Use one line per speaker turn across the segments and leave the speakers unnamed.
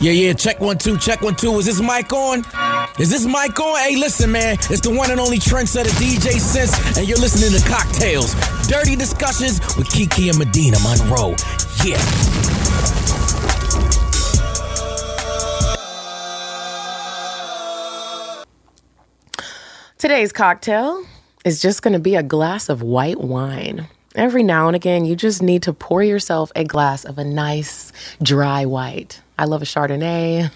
Yeah, yeah, check one, two, check one, two. Is this mic on? Is this mic on? Hey, listen, man. It's the one and only trendsetter DJ Sense, and you're listening to Cocktails, Dirty Discussions with Kiki and Medina Monroe. Yeah.
Today's cocktail is just going to be a glass of white wine. Every now and again, you just need to pour yourself a glass of a nice, dry white. I love a Chardonnay.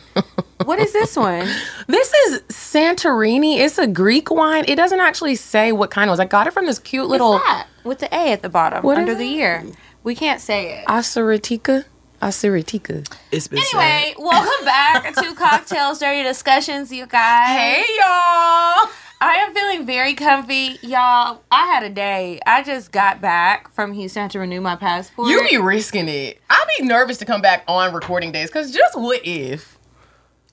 What is this one?
This is Santorini. It's a Greek wine. It doesn't actually say what kind it was. I got it from this cute little
What's that? With the A at the bottom,
What is
under the
it?
year. We can't say it.
Asiretica. Asiretica.
It's been said.
Anyway, welcome back to Cocktails Dirty Discussions, you guys.
y'all.
I am feeling very comfy, y'all. I had a day. I just got back from Houston I had to renew my passport.
You be risking it. I be nervous to come back on recording days because just what if?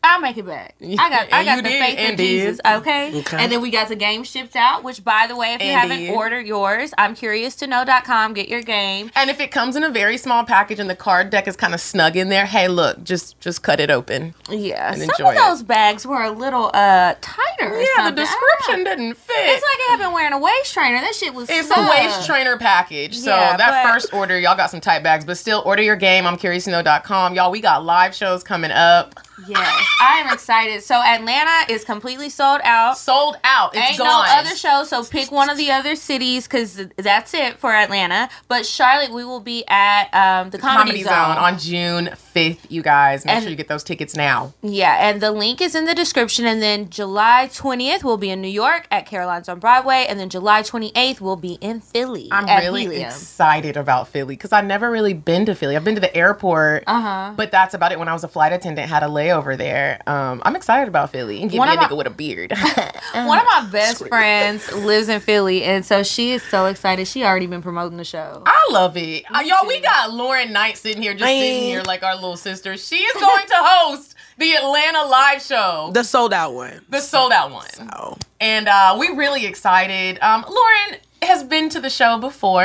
I'll make it back. I got I
And
got
you
the
did,
faith in
and did.
Jesus. Okay?
Okay.
And then we got the game shipped out, which by the way, if you
And
haven't
did.
ordered yours, I'm curious to know.com, get your game.
And if it comes in a very small package and the card deck is kind of snug in there, hey, look, just just cut it open.
Yeah.
And
Some
enjoy
of
it.
those bags were a little uh tighter.
Yeah,
or
the
something. I don't
description
know.
didn't fit.
It's like I have been wearing a waist trainer. That shit was
It's a
snug.
waist trainer package. So
Yeah,
that
but-
first order, y'all got some tight bags, but still order your game. I'm curious to know.com. Y'all, we got live shows coming up.
Yes, I am excited. So Atlanta is completely sold out.
Sold out. It's
Ain't
gone.
no other show, so pick one of the other cities because that's it for Atlanta. But Charlotte, we will be at um, the
Comedy
Comedy,
Zone on June 5th, you guys. Make
And-
sure you get those tickets now.
yeah, and the link is in the description. And then July 20th, we'll be in New York at Caroline's on Broadway. And then July 28th, we'll be in Philly.
I'm
at
really
Helium.
excited about Philly because I've never really been to Philly. I've been to the airport, uh-huh. but that's about it. When I was a flight attendant, had a layover there. Um, I'm excited about Philly and give
One
me a
of my-
nigga with a beard. Uh,
One of my best friends lives in Philly, and so she is so excited. She already been promoting the show.
I love it. Uh, y'all, we got Lauren Knight sitting here, just sitting here like our little sister. She is going to host the Atlanta live show,
The sold out one.
the sold out one.
Oh.
And uh, we really excited. Um, Lauren has been to the show before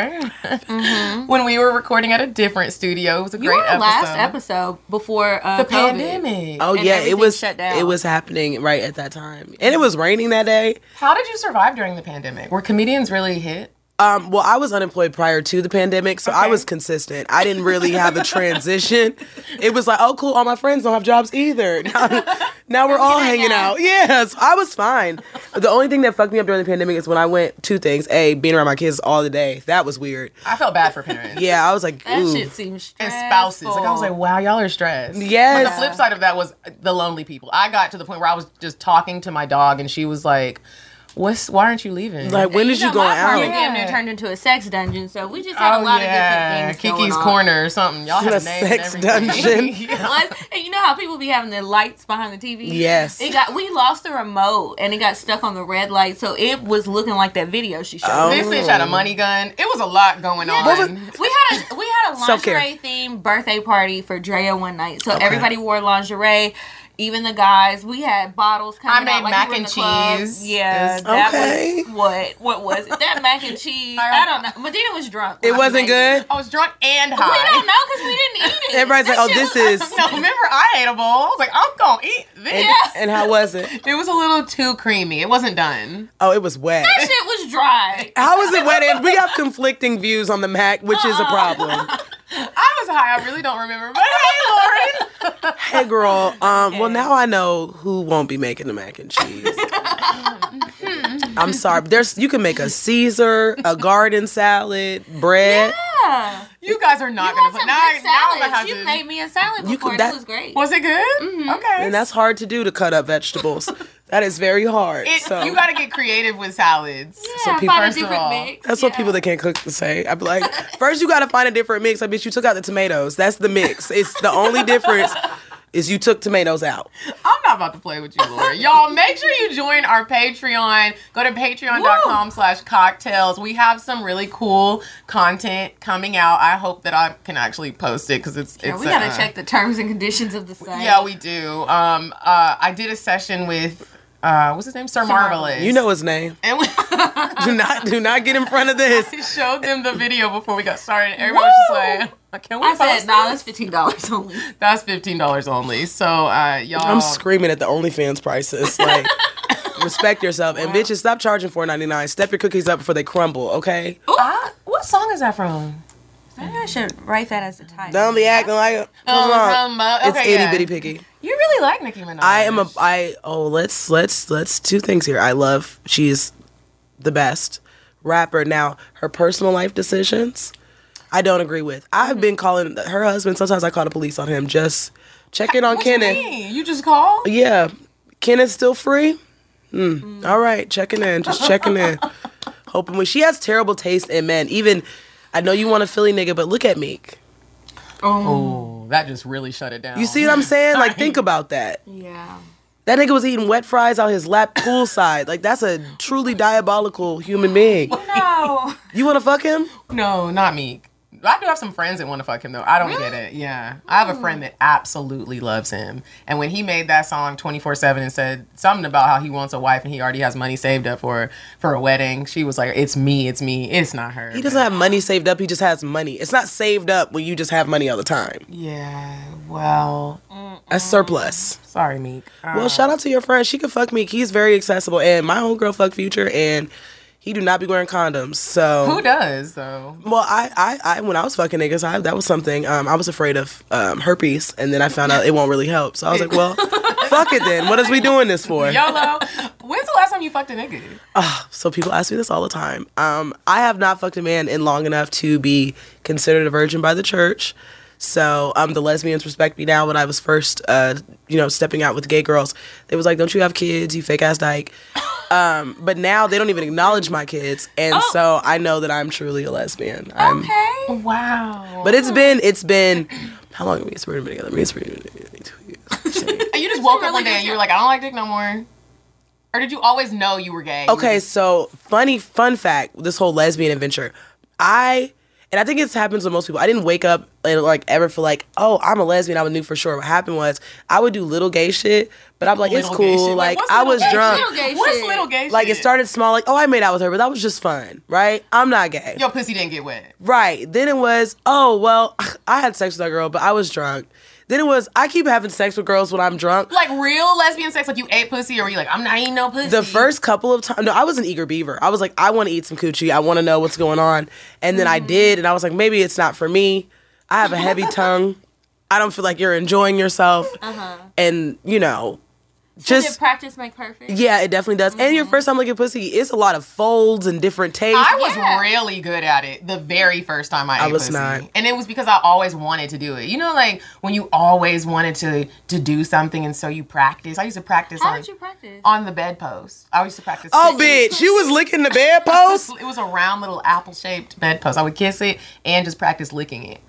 when we were recording at a different studio. It was a
Mm-hmm. You
great
were
episode.
last episode before uh,
The
COVID.
pandemic.
Oh
And
yeah, it
everything
was
shut down.
it was happening right at that time. And it was raining that day.
How did you survive during the pandemic? Were comedians really hit?
Um, well, I was unemployed prior to the pandemic, so I
Okay.
was consistent. I didn't really have a transition. It was like, oh, cool, all my friends don't have jobs either. Now, now we're all hanging out. Yeah, so I was fine. The only thing that fucked me up during the pandemic is when I went, two things. A, being around my kids all the day. That was weird.
I felt bad for parents.
Yeah, I was like,
That
ooh.
shit seems
And
stressful.
spouses. Like I was like, wow, y'all are stressed.
Yes.
But the flip side of that was the lonely people. I got to the point where I was just talking to my dog and she was like, What's why aren't you leaving?
Like, when
You
did you,
know,
go
my
out?
apartment damn near
Yeah.
turned into a sex dungeon, so we just had a lot of different things
"Oh, Kiki's
going on.
corner or something. Y'all had a
The
name and
sex
everything.
dungeon.
Yeah.
Plus- and you know how people be having their lights behind the TV?
Yes.
It got we lost the remote and it got stuck on the red light, so it was looking like that video she showed.
Oh.
This bitch had a money gun. It was a lot going on.
we had a we had a
Self-care.
lingerie themed birthday party for Drea one night. So everybody wore lingerie, even the guys. We had bottles coming
I made
out like
mac
we were in
and
the club.
cheese.
Yeah,
Yes.
that
Okay.
was what what was it? That mac and cheese.
All
I,
right.
don't know. Medina was drunk.
It
when I
wasn't
made it.
good.
I was drunk and
We
high.
don't know because we didn't eat it.
Everybody's
That
like, oh,
shit
this
was-
is.
No, remember I ate a bowl. I was like, I'm gonna eat this.
And, and how was it?
It was a little too creamy. It wasn't done.
Oh, it was wet.
That shit was dry.
How was it wet? And we have conflicting views on the Mac, which
Uh-uh.
is a problem.
I was high. I really don't remember. But hey, Lauren.
Hey, girl. Um, well, now I know who won't be making the mac and cheese. I'm sorry. but There's you can make a Caesar, a garden salad, bread.
Yeah.
You guys are not
You
gonna
had
put
some
now, I-
good
now I'm gonna
salads.
have
You
to-
made me Mm-hmm. a salad before.
You could-
this
that-
was great.
Was it good? Okay.
And that's hard to do to cut up vegetables. That is very hard.
It-
so
you gotta get creative with salads.
yeah, I
people-
found a
first of
different
all,
mix.
that's what
Yeah.
people that can't cook say. I'd be like, first you gotta find a different mix. I bet you took out the tomatoes. That's the mix. It's the only difference is you took tomatoes out.
I'm not about to play with you, Laura. Y'all, make sure you join our Patreon. Go to patreon.com slash cocktails. We have some really cool content coming out. I hope that I can actually post it because it's,
Yeah,
it's
we gotta
uh,
check the terms and conditions of the site.
Yeah, we do. Um, uh, I did a session with uh, what's his name, Sir Marvelous.
You know his name.
and we
Do not do not get in front of this.
showed them the video before we got started. Everyone was just like, Can we
I said,
post
nah,
this?
that's fifteen dollars only.
That's fifteen dollars only. So uh, y'all,
I'm screaming at the OnlyFans prices. Like, respect yourself. And bitches, stop charging $4.99. Step your cookies up before they crumble, okay?
Ah, what song is that from?
Maybe I should write that as a title.
Don't be acting like a
Oh,
Come on.
come on.
Uh, It's
Okay,
itty
yeah.
bitty picky.
You really like Nicki Minaj.
I am a I oh let's let's let's two things here. I love she's the best rapper. Now her personal life decisions I don't agree with.
Mm-hmm.
I've been calling her husband sometimes I call the police on him just check in on
What you
Kenneth.
mean? You just call?
Yeah. Kenneth's still free? Mm. All right, checking in, just checking in. Hoping we she has terrible taste in men. Even I know you want a Philly nigga, but look at Meek.
Oh, that just really shut it down.
You see what I'm saying? Like think about that.
Yeah.
That nigga was eating wet fries out his lap poolside. Like that's a truly diabolical human being.
No.
You wanna fuck him?
No, not me. I do have some friends that want to fuck him though. I don't get it. Yeah, I have a friend that absolutely loves him, and when he made that song twenty four seven and said something about how he wants a wife and he already has money saved up for for a wedding, she was like, "It's me, it's me, it's not her."
He doesn't have money saved up, he just has money. It's not saved up when you just have money all the time.
yeah. Well,
That's surplus.
sorry, Meek. Uh,
Well, shout out to your friend. She can fuck me. He's very accessible. And my homegirl fuck future and he do not be wearing condoms. So
who does though?
Well, I, I, I, when I was fucking niggas, I, that was something. Um, I was afraid of um, herpes, and then I found out it won't really help. So I was like, well, fuck it then. What is we doing this for?
Yolo. When's the last time you fucked a nigga?
So people ask me this all the time. Um, I have not fucked a man in long enough to be considered a virgin by the church. So um, the lesbians respect me now. When I was first, uh, you know, stepping out with gay girls, they was like, "Don't you have kids? You fake ass dyke." Um, but now they don't even acknowledge my kids, and so I know that I'm truly a lesbian. I'm,
Okay.
Wow.
But it's been it's been how long have we been spreading together? We've been spreading together two years.
You just woke up one day and you were like, I don't like dick no more. Or did you always know you were gay?
Okay, so funny fun fact, this whole lesbian adventure. I and I think it happens with most people. I didn't wake up and like ever feel like, oh, I'm a lesbian. I knew for sure. What happened was I would do little gay shit, but I'm like, it's
Little gay
cool.
shit.
Like
what's
I
little
was
gay
drunk.
shit?
Little gay
what's
shit.
little gay
Like it
shit?
started small, like, oh, I made out with her, but that was just fun, right? I'm not gay.
Your pussy didn't get wet.
Right. Then it was, oh, well, I had sex with that girl, but I was drunk. Then it was, I keep having sex with girls when I'm drunk.
Like real lesbian sex, like you ate pussy, or were you like, I'm not eating no pussy?
The first couple of times, no, I was an eager beaver. I was like, I want to eat some coochie. I want to know what's going on. And then I did, and I was like, maybe it's not for me. I have a heavy tongue. I don't feel like you're enjoying yourself.
Uh-huh.
And, you know,
Did
just,
practice make perfect?
yeah, it definitely does. And
Mm-hmm.
your first time looking at pussy, it's a lot of folds and different tastes.
I was
Yeah.
really good at it the very first time I, ate
was
pussy.
not.
and it was because I always wanted to do it. You know, like when you always wanted to to do something, and so you practice. I used to practice
How
on
did you practice?
on the bedpost. I used to practice.
oh,
kissing.
bitch, you was licking the bedpost?
It was a round little apple shaped bedpost. I would kiss it and just practice licking it.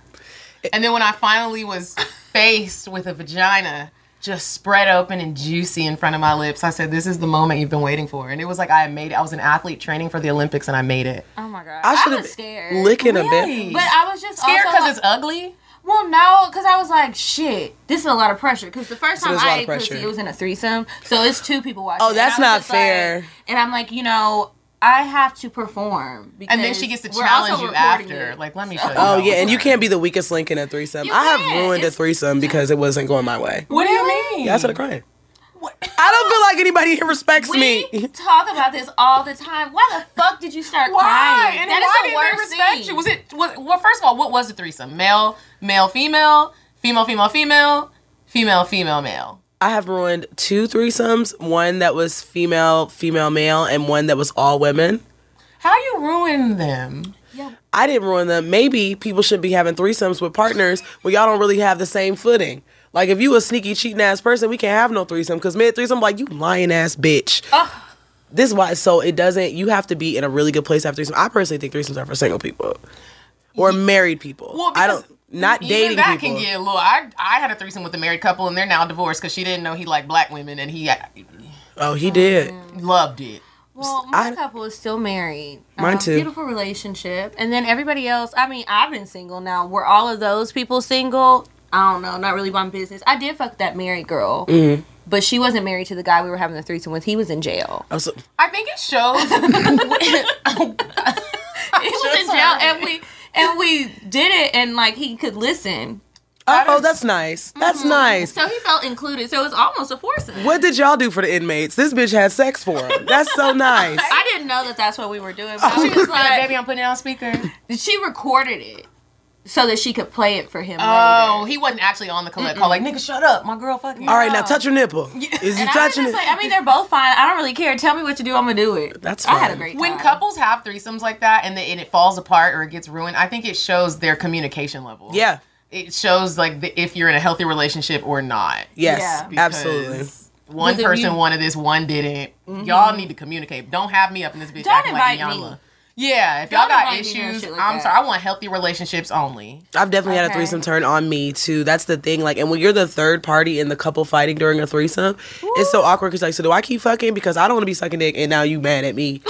And then when I finally was faced with a vagina just spread open and juicy in front of my lips, I said, This is the moment you've been waiting for. And it was like I had made it. I was an athlete training for the Olympics and I made it.
oh my god.
I should
was
have
scared.
licking a bed.
Really?
But I was just
scared
also
because
like-
it's ugly?
Well, no, because I was like, shit, this is a lot of pressure. Because the first time
there's a lot
I
of
ate pussy,
pressure.
it was in a threesome, so it's two people watching.
Oh,
And I was
that's not
just like-
fair.
and I'm like, you know, I have to perform. Because
And then she gets to
we're also
challenge you
recording
after.
it.
Like, let me show you.
Oh
how
yeah,
it's
and you
done.
can't be the weakest link in a threesome.
You
I have
can't.
ruined a
It's- Mm.
threesome because it wasn't going my way.
What do you mean?
Yeah, I started crying. I don't feel like anybody here respects
we
me.
talk about this all the time. Why the fuck did you start
Why?
crying?
And
That
why
is
did
the
they
worst
respect
thing.
you? Was it was, well? First of all, what was the threesome? Male, male, female, female, female, female, female, female, male.
I have ruined two threesomes. One that was female, female, male, and one that was all women.
How you ruin them?
I didn't ruin them. Maybe people should be having threesomes with partners where y'all don't really have the same footing. Like if you a sneaky cheating ass person, we can't have no threesome because mid threesome like you lying ass bitch. This is why so it doesn't. You have to be in a really good place to have threesome. I personally think threesomes are for single people or married people.
Well,
I don't
because
not
Even
dating
that
people.
can get a little. I I had a threesome with a married couple, and they're now divorced because she didn't know he liked black women, and he uh,
oh, he did.
loved it.
Well, my
I-
couple is still married. Um,
Mine too.
Beautiful relationship. And then everybody else, I mean, I've been single now. Were all of those people single? I don't know. Not really my business. I did fuck that married girl.
Mm-hmm.
But she wasn't married to the guy we were having the threesome with. He was in jail.
Oh, so-
I think it shows.
he was in jail, and we and we did it, and like he could listen.
Oh, that's nice. That's
Mm-hmm.
nice.
So he felt included. So it was almost a foursome.
What did y'all do for the inmates? This bitch had sex for them. That's so nice.
I didn't know that that's what we were doing.
Oh
But she was
Like,
like,
baby, I'm putting it on speaker.
she recorded it so that she could play it for him.
Oh,
later.
he wasn't actually on the collect call. Like, nigga, shut up. My girl fucking.
All right, now touch your nipple. Is you
And I was
touching
just
it?
like, I mean, they're both fine. I don't really care. Tell me what to do. I'm gonna do it.
That's
I had a
fine.
great time.
When couples have threesomes like that and, the, and it falls apart or it gets ruined, I think it shows their communication level.
Yeah.
It shows, like, the, if you're in a healthy relationship or not.
Yes.
Because
Absolutely.
One
Because if
person
you- Mm-hmm.
wanted this, one didn't. Y'all need to communicate. Don't have me up in this bitch.
Don't
acting like
invite me.
Iyanla. Yeah, if y'all
Don't
got
invite me doing
issues,
shit like
I'm
that.
sorry. I want healthy relationships only.
I've definitely had a
Okay.
threesome turn on me too. That's the thing. Like, and when you're the third party in the couple fighting during a threesome, it's so awkward. Cause like, so do I keep fucking because I don't want to be sucking dick, and now you mad at me?
I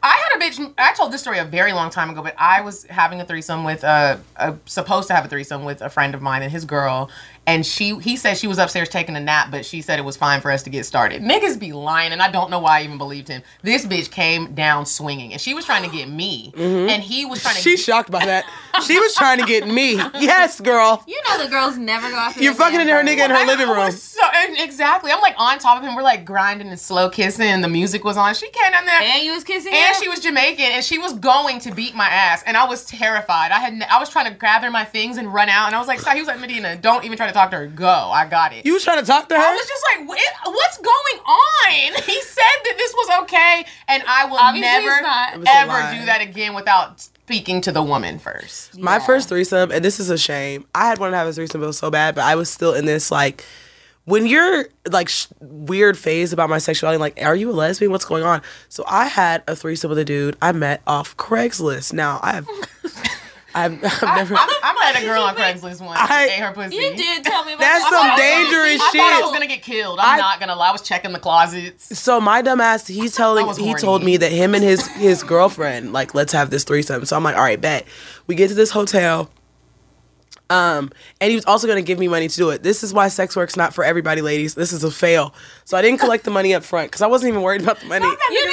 had a bitch. I told this story a very long time ago, but I was having a threesome with a, a supposed to have a threesome with a friend of mine and his girl, and she he said she was upstairs taking a nap, but she said it was fine for us to get started. Niggas be lying, and I don't know why I even believed him. This bitch came down swinging, and she was trying to get me,
Mm-hmm.
and he was trying to.
She's shocked by that. She was trying to get me. Yes, girl.
you know the girls never go after
You're
their
fucking
man
in her
first.
nigga in
I
her living room.
was So, and exactly. I'm like on top of him. We're like grinding and slow kissing, and the music was on. She came down there.
And you was kissing him.
And she was Jamaican, and she was going to beat my ass, and I was terrified. I had n- I was trying to gather my things and run out, and I was like, "Stop." he was like, "Medina, don't even try to talk to her. Go, I got it."
You was trying to talk to her?
I was just like, "Wha- "What's going on?" He said that this was okay, and I will
Obviously it's
never
not. It
was a lie.
ever do that again without speaking to the woman first.
My first threesome, and this is a shame. I had wanted to have a threesome bill so bad, but I was still in this like when you're like sh- weird phase about my sexuality. Like, are you a lesbian? What's going on? So I had a threesome with a dude I met off Craigslist. Now I've I've, I've never.
I, I met a girl on Craigslist once.
I-
I ate her pussy.
You did tell me about
That's
that. I
some
thought I was
dangerous
gonna-
I thought I was
shit.
gonna get killed. I'm
I-
not gonna lie. I was checking the closets.
so my dumbass, he's telling
was
he
horny.
told me that him and his his girlfriend like let's have this threesome. So I'm like, all right, bet. We get to this hotel. Um, and he was also gonna give me money to do it. This is why sex work's not for everybody, ladies. This is a fail. So I didn't collect the money up front because I wasn't even worried about the money.
You didn't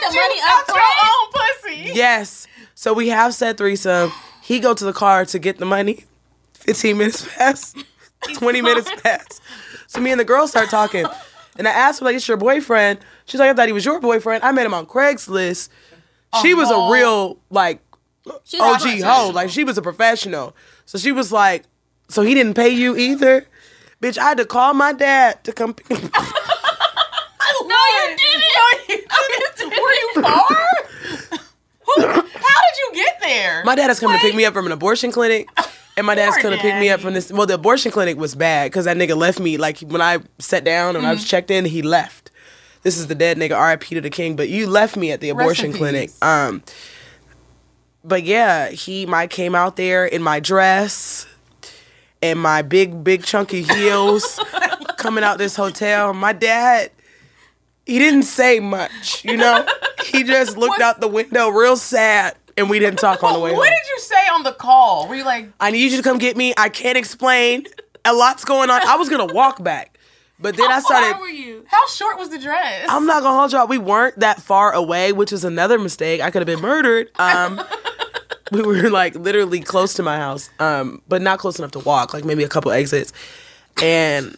the money
Out
up
your
front.
own "Oh, pussy.
Yes. So we have said threesome. He go to the car to get the money. Fifteen minutes pass. Twenty minutes pass. So me and the girl start talking, and I asked her like, "It's your boyfriend?" She's like, "I thought he was your boyfriend. I met him on Craigslist." She was a real like
She's
OG
like,
hoe. Oh, Like she was a professional. So she was like, "So he didn't pay you either." Bitch, I had to call my dad to come. pick me up.
No, you didn't.
Were you far? Who, how did you get there?
My dad is coming to pick me up from an abortion clinic, and my dad's
Poor
coming to pick me up from this. Well, the abortion clinic was bad because that nigga left me. Like when I sat down and I
Mm-hmm.
was checked in, he left. This is the dead nigga, R.I.P. to the king. But you left me at the abortion
in
clinic.
peace.
Um, but yeah, he my came out there in my dress and my big big chunky heels coming out this hotel. My dad. He didn't say much, you know. He just looked out the window real sad, and we didn't talk on the way.
what
home.
did you say on the call? Were you like,
I need you to come get me. I can't explain. A lot's going on. I was gonna walk back, but then
Where
I
were
started.
you?
how short was the dress?
I'm not gonna hold y'all. We weren't that far away, which is another mistake. I could have been murdered. Um, we were like literally close to my house, um, but not close enough to walk. Like maybe a couple exits, and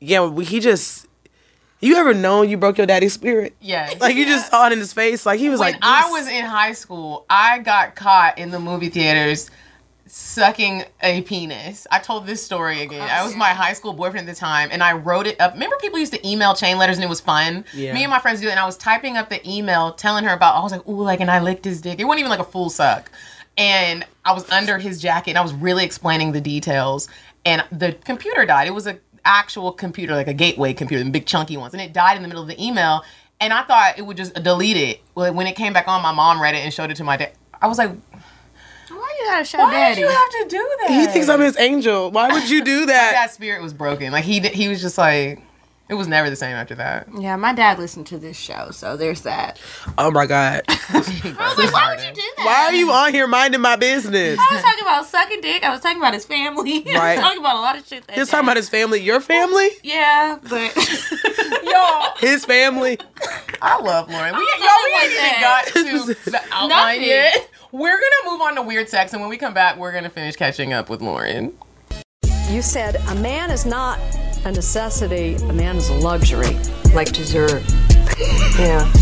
yeah, we, he just. You ever know you broke your daddy's spirit?
Yes.
Like you just saw it in his face. Like he was
when
like,
I
this-
was in high school, I got caught in the movie theaters sucking a penis. I told this story again. I was my high school boyfriend at the time, and I wrote it up. Remember, people used to email chain letters, and it was fun.
Yeah.
Me and my friends do it, and I was typing up the email, telling her about. I was like, "Ooh, like," and I licked his dick. It wasn't even like a full suck, and I was under his jacket, and I was really explaining the details. And the computer died. It was a actual computer, like a gateway computer, the big chunky ones, and it died in the middle of the email. And I thought it would just delete it. Well, When it came back on, my mom read it and showed it to my dad. I was like,
Why you gotta show
"Why
daddy?
did you have to do that?"
He thinks I'm his angel. Why would you do that?
that spirit was broken. Like he he was just like it was never the same after that.
yeah, my dad listened to this show, so there's that.
oh my god.
I was like, why would you do that?
Why are you on here minding my business?
I was talking about sucking dick. I was talking about his family. I
Right.
was talking about a lot of shit. That
He's talking about his family. Your family?
Yeah, but
Y'all,
His family?
I love Lauren. We, y'all,
I
we
like
ain't even
that.
got to the outline
Nothing.
yet. We're gonna move on to weird sex, and when we come back, we're gonna finish catching up with Lauren.
You said a man is not a necessity, a man is a luxury, like dessert. yeah.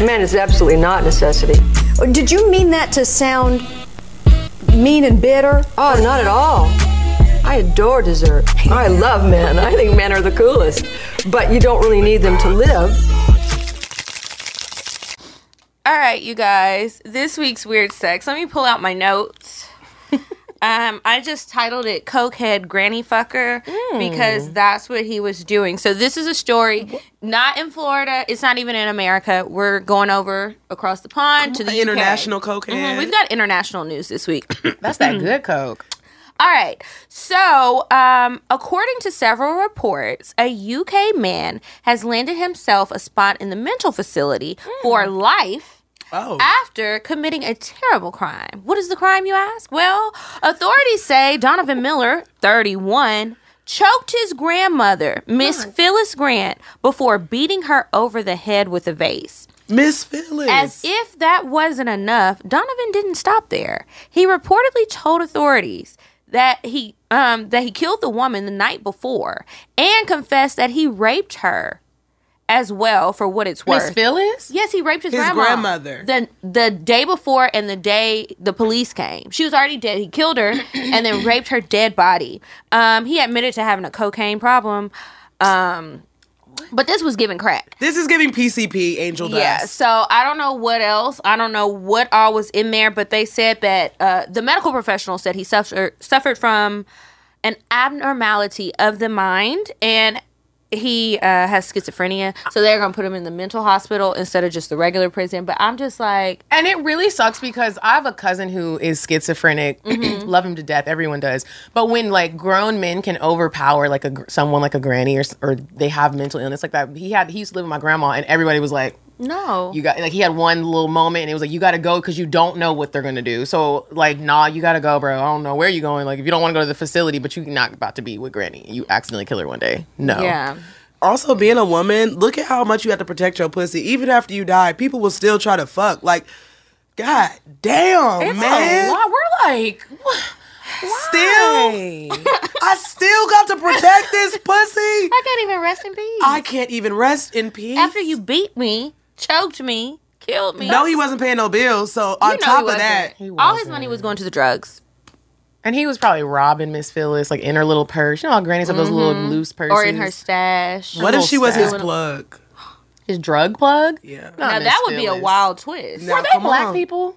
A man is absolutely not necessity. Did you mean that to sound mean and bitter? Oh, not at all. I adore dessert. I love men. I think men are the coolest. But you don't really need them to live.
All right, you guys. This week's weird sex. Let me pull out my notes. um, I just titled it "Cokehead Granny Fucker"
Hmm.
because that's what he was doing. So this is a story not in Florida. It's not even in America. We're going over across the pond to the UK.
International cocaine.
Mhm, We've got international news this week.
That's that
Mm-hmm.
good coke.
All right. So, um, according to several reports, a UK man has landed himself a spot in the mental facility for life
oh.
after committing a terrible crime. What is the crime, you ask? Well, authorities say Donovan Miller, 31, choked his grandmother, Miss Phyllis Grant, before beating her over the head with a vase.
Miss Phyllis.
As if that wasn't enough, Donovan didn't stop there. He reportedly told authorities that he um, that he killed the woman the night before and confessed that he raped her as well for what it's
Miss
worth.
Phyllis?
yes, he raped his,
His
grandma.
grandmother.
The the day before and the day the police came. She was already dead. He killed her and then raped her dead body. Um, he admitted to having a cocaine problem. Um, but this was giving crack.
this is giving PCP angel
Yeah,
dust.
so I don't know what else. I don't know what all was in there, but they said that uh, the medical professional said he suffered suffered from an abnormality of the mind and he uh, has schizophrenia. So they're going to put him in the mental hospital instead of just the regular prison. But I'm just like,
And it really sucks because I have a cousin who is schizophrenic.
Mm-hmm.
Love him to death. Everyone does. But when like grown men can overpower like a gr- someone like a granny or s- or they have mental illness like that. He had he used to live with my grandma and everybody was like
no.
you got like he had one little moment and it was like you got to go because you don't know what they're gonna do. So like nah, you got to go, bro. I don't know where you going. Like if you don't want to go to the facility, but you're not about to be with granny. You accidentally kill her one day. No.
yeah.
also being a woman, look at how much you have to protect your pussy. Even after you die, people will still try to fuck. Like, god damn,
It's
Oh,
man.
a lot. We're like
Still, I still got to protect this pussy.
I can't even rest in peace.
I can't even rest in peace.
After you beat me, choked me, killed me.
no, he wasn't paying no bills. So
You
on
know
top
he
of
wasn't.
that,
all his money was going to the drugs.
And he was probably robbing Miss Phyllis, like in her little purse. You know how grannies have those little loose purses.
Mm-hmm. Or in her stash.
what if she was his
Little-
plug?
his drug plug?
Yeah.
Not
Now
Miss
that would be a
Phyllis.
wild twist.
Now,
Were they
come
black
on.
people?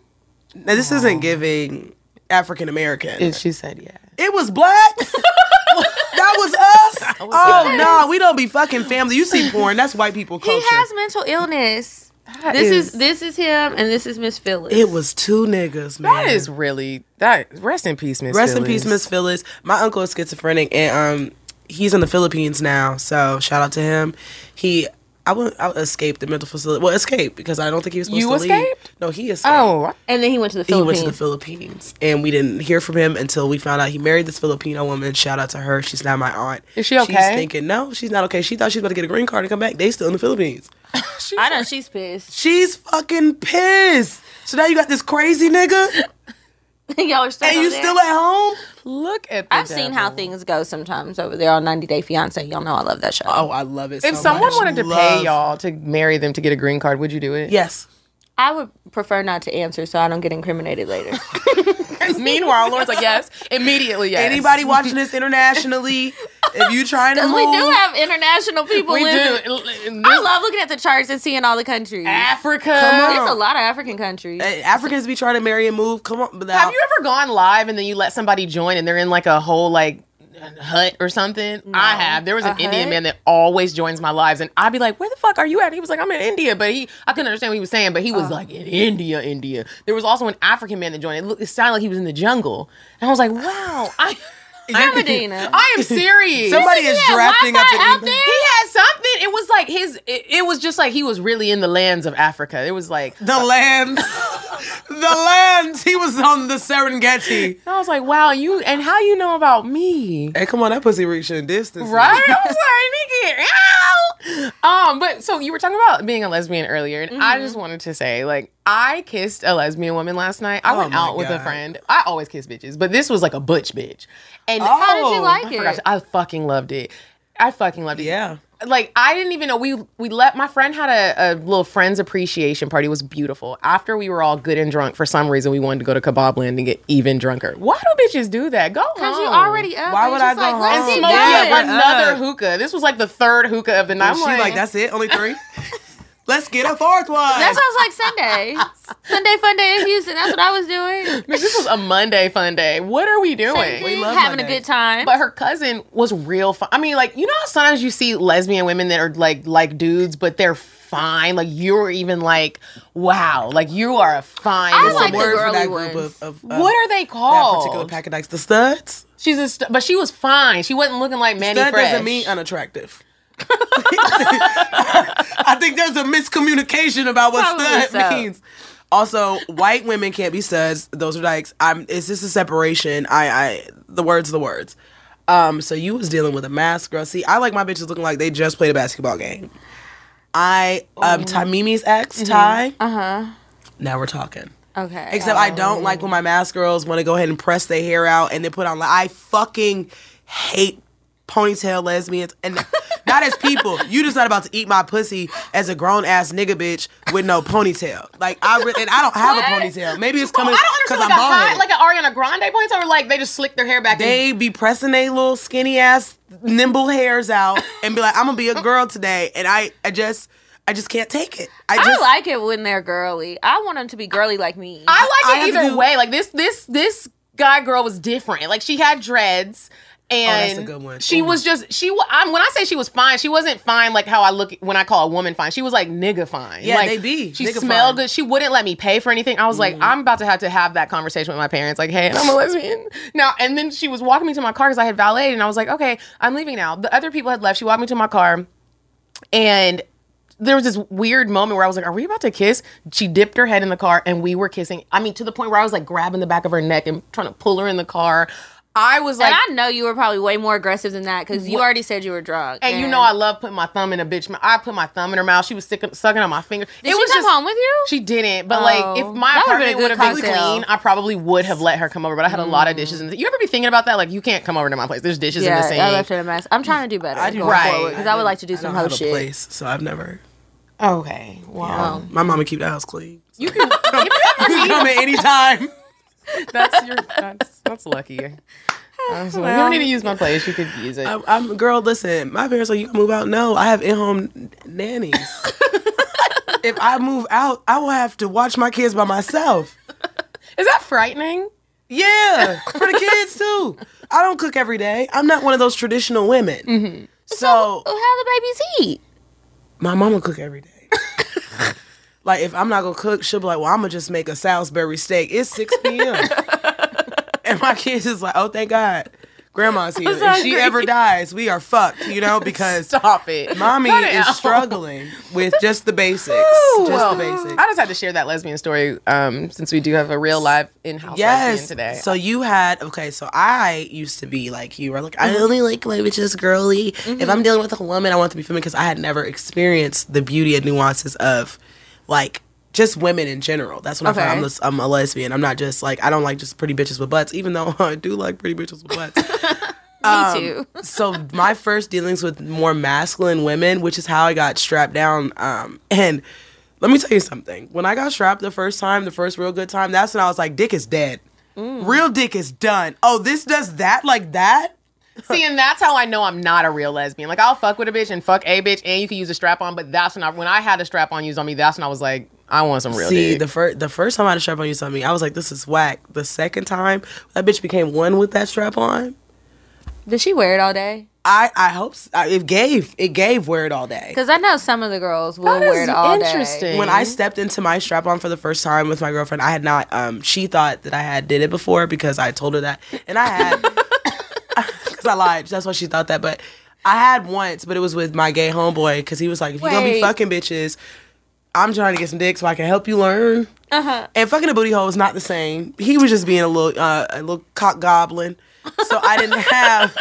Now, this isn't giving African American.
And she said, yeah.
It was blacks. that was us. oh no, we don't be fucking family. You see porn? That's white people culture.
He has mental illness. This is, this is him, and this is Miss Phyllis.
It was two niggas, man.
That is really that. Rest in peace, Miss.
Rest in
Phyllis.
peace, Miss Phyllis. My uncle is schizophrenic, and um, he's in the Philippines now. So shout out to him. He, I would, I escaped the mental facility. Well, escaped because I don't think he was supposed
You
to
escaped?
leave. No, he escaped.
Oh,
and then he went to the
He
Philippines.
went to the Philippines, and we didn't hear from him until we found out he married this Filipino woman. Shout out to her; she's now my aunt.
Is she
She's
okay?
thinking, no, she's not okay. She thought she was about to get a green card and come back. They still in the Philippines.
I know she's pissed.
She's fucking pissed. So now you got this crazy nigga,
Y'all are still.
and
out
you
there.
still at home.
look at. The
I've seen how things go sometimes over there on 90 Day Fiance. Y'all know I love that show.
Oh, I love it.
If
so
someone
much.
wanted to
Love-
pay y'all to marry them to get a green card, would you do it?
yes.
I would prefer not to answer so I don't get incriminated later.
Meanwhile, Lauren's like, yes, immediately, yes.
Anybody watching this internationally, if you trying to move,
we do have international people
we
living.
do.
I love looking at the charts and seeing all the countries.
Africa.
Come
There's
on.
a lot of African countries.
Eh, Africans be trying to marry and move. Come on, but now-
Have you ever gone live and then you let somebody join and they're in like a whole like hut or something? I have. There was an Indian
hut?
man that always joins my lives and I'd be like, "Where the fuck are you at?" He was like, "I'm in India," but he I couldn't understand what he was saying, but he
Uh.
was like, "In India, India." There was also an African man that joined. It, looked, it sounded like he was in the jungle, and I was like, "Wow, I."
I'm Medina.
I am serious.
Somebody is drafting up an
Wi-Fi out
email.
there?
He had something. It was like his. It, it was just like he was really in the lands of Africa. It was like
the land, the land. He was on the Serengeti.
I was like, wow, you and how you know about me?
Hey, come on, that pussy reaching distance.
Right? I was like, nigga, ow! Um, but so you were talking about being a lesbian earlier, and I
Mm-hmm.
just wanted to say, like, I kissed a lesbian woman last night.
Oh
I went
my
out with a
God.
friend. I always kiss bitches, but this was like a butch bitch. And
How did
Oh,
you like
I
it?
forgot to- Oh I fucking loved it. I fucking loved it.
Yeah.
Like I didn't even know we we let my friend had a, a little friends appreciation party. It was beautiful. After we were all good and drunk, for some reason we wanted to go to Kebab Land and get even drunker. Why do bitches do that? Go home.
Because you already up.
Oh. Why
and
would
just
I go
like,
home?
Let's
And
get
smoke
Yeah,
good.
yeah,
but-
another
uh,
hookah. This was like the third hookah of the night. I'm
She's like, that's it? Only three? Let's get a fourth one.
That sounds like Sunday. Sunday fun day in Houston. That's what I was doing.
Bitch, this was a Monday fun day. What are we doing?
Same thing,
love
having
Mondays.
a good time.
But her cousin was real fine. I mean, like you know, how sometimes you see lesbian women that are like like dudes, but they're fine. Like you're even like, wow, like you are a fine.
I
woman.
like the
Word for
girly
that
ones.
group of, of, of
what are they
that particular
called?
pack of dykes? The studs?
She's a st- but she was fine. She wasn't looking like Manny
That
Fresh.
doesn't mean unattractive. I think there's a miscommunication about what
Probably
stud
so.
means. Also, white women can't be studs. Those are dykes. I'm. It's just a separation. I. I. The words. The words. Um. So you was dealing with a mask, girl. See, I like my bitches looking like they just played a basketball game. I. Um. Tamimi's ex, Ty. Uh huh. Now we're talking.
okay.
Except I don't like when my mask girls want to go ahead and press their hair out and then put on. Like I fucking hate ponytail lesbians and not as people. You just not about to eat my pussy as a grown ass nigga bitch with no ponytail. Like I re- and I don't have a ponytail. Maybe it's coming
I don't
because
understand
I'm
like a high,
bald.
like an Ariana Grande ponytail, or like they just slick their hair back. and
they be pressing their little skinny ass nimble hairs out and be like, I'm gonna be a girl today, and I I just I just can't take it. I
I
just
like it when they're girly. I want them to be girly like me.
I
I
like
have
it
to
either
do-
way. Like this, this, this guy girl was different. Like she had dreads. And
Oh, that's a good one.
she
Ooh.
was just she. wa- I'm, when I say she was fine, she wasn't fine like how I look when I call a woman fine. She was like nigga fine.
Yeah,
like,
they be.
She
Nigga
smelled
fine. Mm.
good. She wouldn't let me pay for anything. I was like, I'm about to have to have that conversation with my parents. Like, hey, I'm a lesbian now. And then she was walking me to my car because I had valeted, and I was like, okay, I'm leaving now. The other people had left. She walked me to my car, and there was this weird moment where I was like, "Are we about to kiss?" She dipped her head in the car, and we were kissing. I mean, to the point where I was like grabbing the back of her neck and trying to pull her in the car. I was like,
and I know you were probably way more aggressive than that because you already said you were drunk.
and you know, I love putting my thumb in a bitch. mouth. I put my thumb in her mouth. She was sick, sucking on my finger.
Did she come home with you?
She didn't, but
Oh.
like if my
That would've been a
apartment would
good
have been
cocktail.
clean, I probably would have let her come over. But I had a lot of dishes. And you ever be thinking about that? Like you can't come over to my place. There's dishes in the
yeah,
sink.
I left her a mess. I'm trying to do better. I
do
do
right.
right because I, would like to do
I
some
don't
hoe
have a
shit. Um,
place, so I've never.
okay, wow.
My mama keep the house clean.
You can. if you ever
You can come at any time.
that's your that's that's lucky. I'm sorry. you don't need to use my place. You could use it.
I'm, I'm girl. Listen, my parents are you can move out. No, I have in-home nannies. if I move out, I will have to watch my kids by myself.
Is that frightening?
Yeah, for the kids too. I don't cook every day. I'm not one of those traditional women. So
Oh, how the babies eat?
my mama cook every day. like if I'm not gonna cook, she'll be like, "Well, I'm gonna just make a Salisbury steak." It's 6 p.m. and my kids is like, "Oh, thank God, grandma's here. If she ever dies, we are fucked," you know, because
Stop it.
mommy
Cut it
is
out.
struggling with just the basics. just
Well,
the basics.
I just had to share that lesbian story um, since we do have a real live in-house lesbian
Yes.
today.
So you had okay. So I used to be like you were like I only like my bitches girly. If I'm dealing with a woman, I want to be feminine because I had never experienced the beauty and nuances of like just women in general. That's what I
Okay.
found. I'm, this, I'm a lesbian. I'm not just like I don't like just pretty bitches with butts, even though I do like pretty bitches with butts.
Um,
Me too.
so my first dealings with more masculine women, which is how I got strapped down. Um, and let me tell you something. When I got strapped the first time, the first real good time, that's when I was like, dick is dead. Real dick is done. Oh, this does that like that?
See, and that's how I know I'm not a real lesbian. Like I'll fuck with a bitch and fuck a bitch, and you can use a strap on. But that's when I when I had a strap on used on me. That's when I was like, I want some real.
See,
dick.
the first the first time I had a strap on you something, I was like, this is whack. The second time, that bitch became one with that strap on.
Did she wear it all day?
I I hope s I it gave it gave wear it all day.
Because I know some of the girls will
That
wear
is
it all day.
interesting.
when I stepped into my strap on for the first time with my girlfriend, I had not. Um, she thought that I had did it before because I told her that, and I had because I lied. That's why she thought that. But I had once, but it was with my gay homeboy because he was like, "If you gonna be
Wait.
fucking bitches, I'm trying to get some dick so I can help you learn."
Uh-huh.
And fucking a booty hole is not the same. He was just being a little uh, a little cock goblin. So I didn't have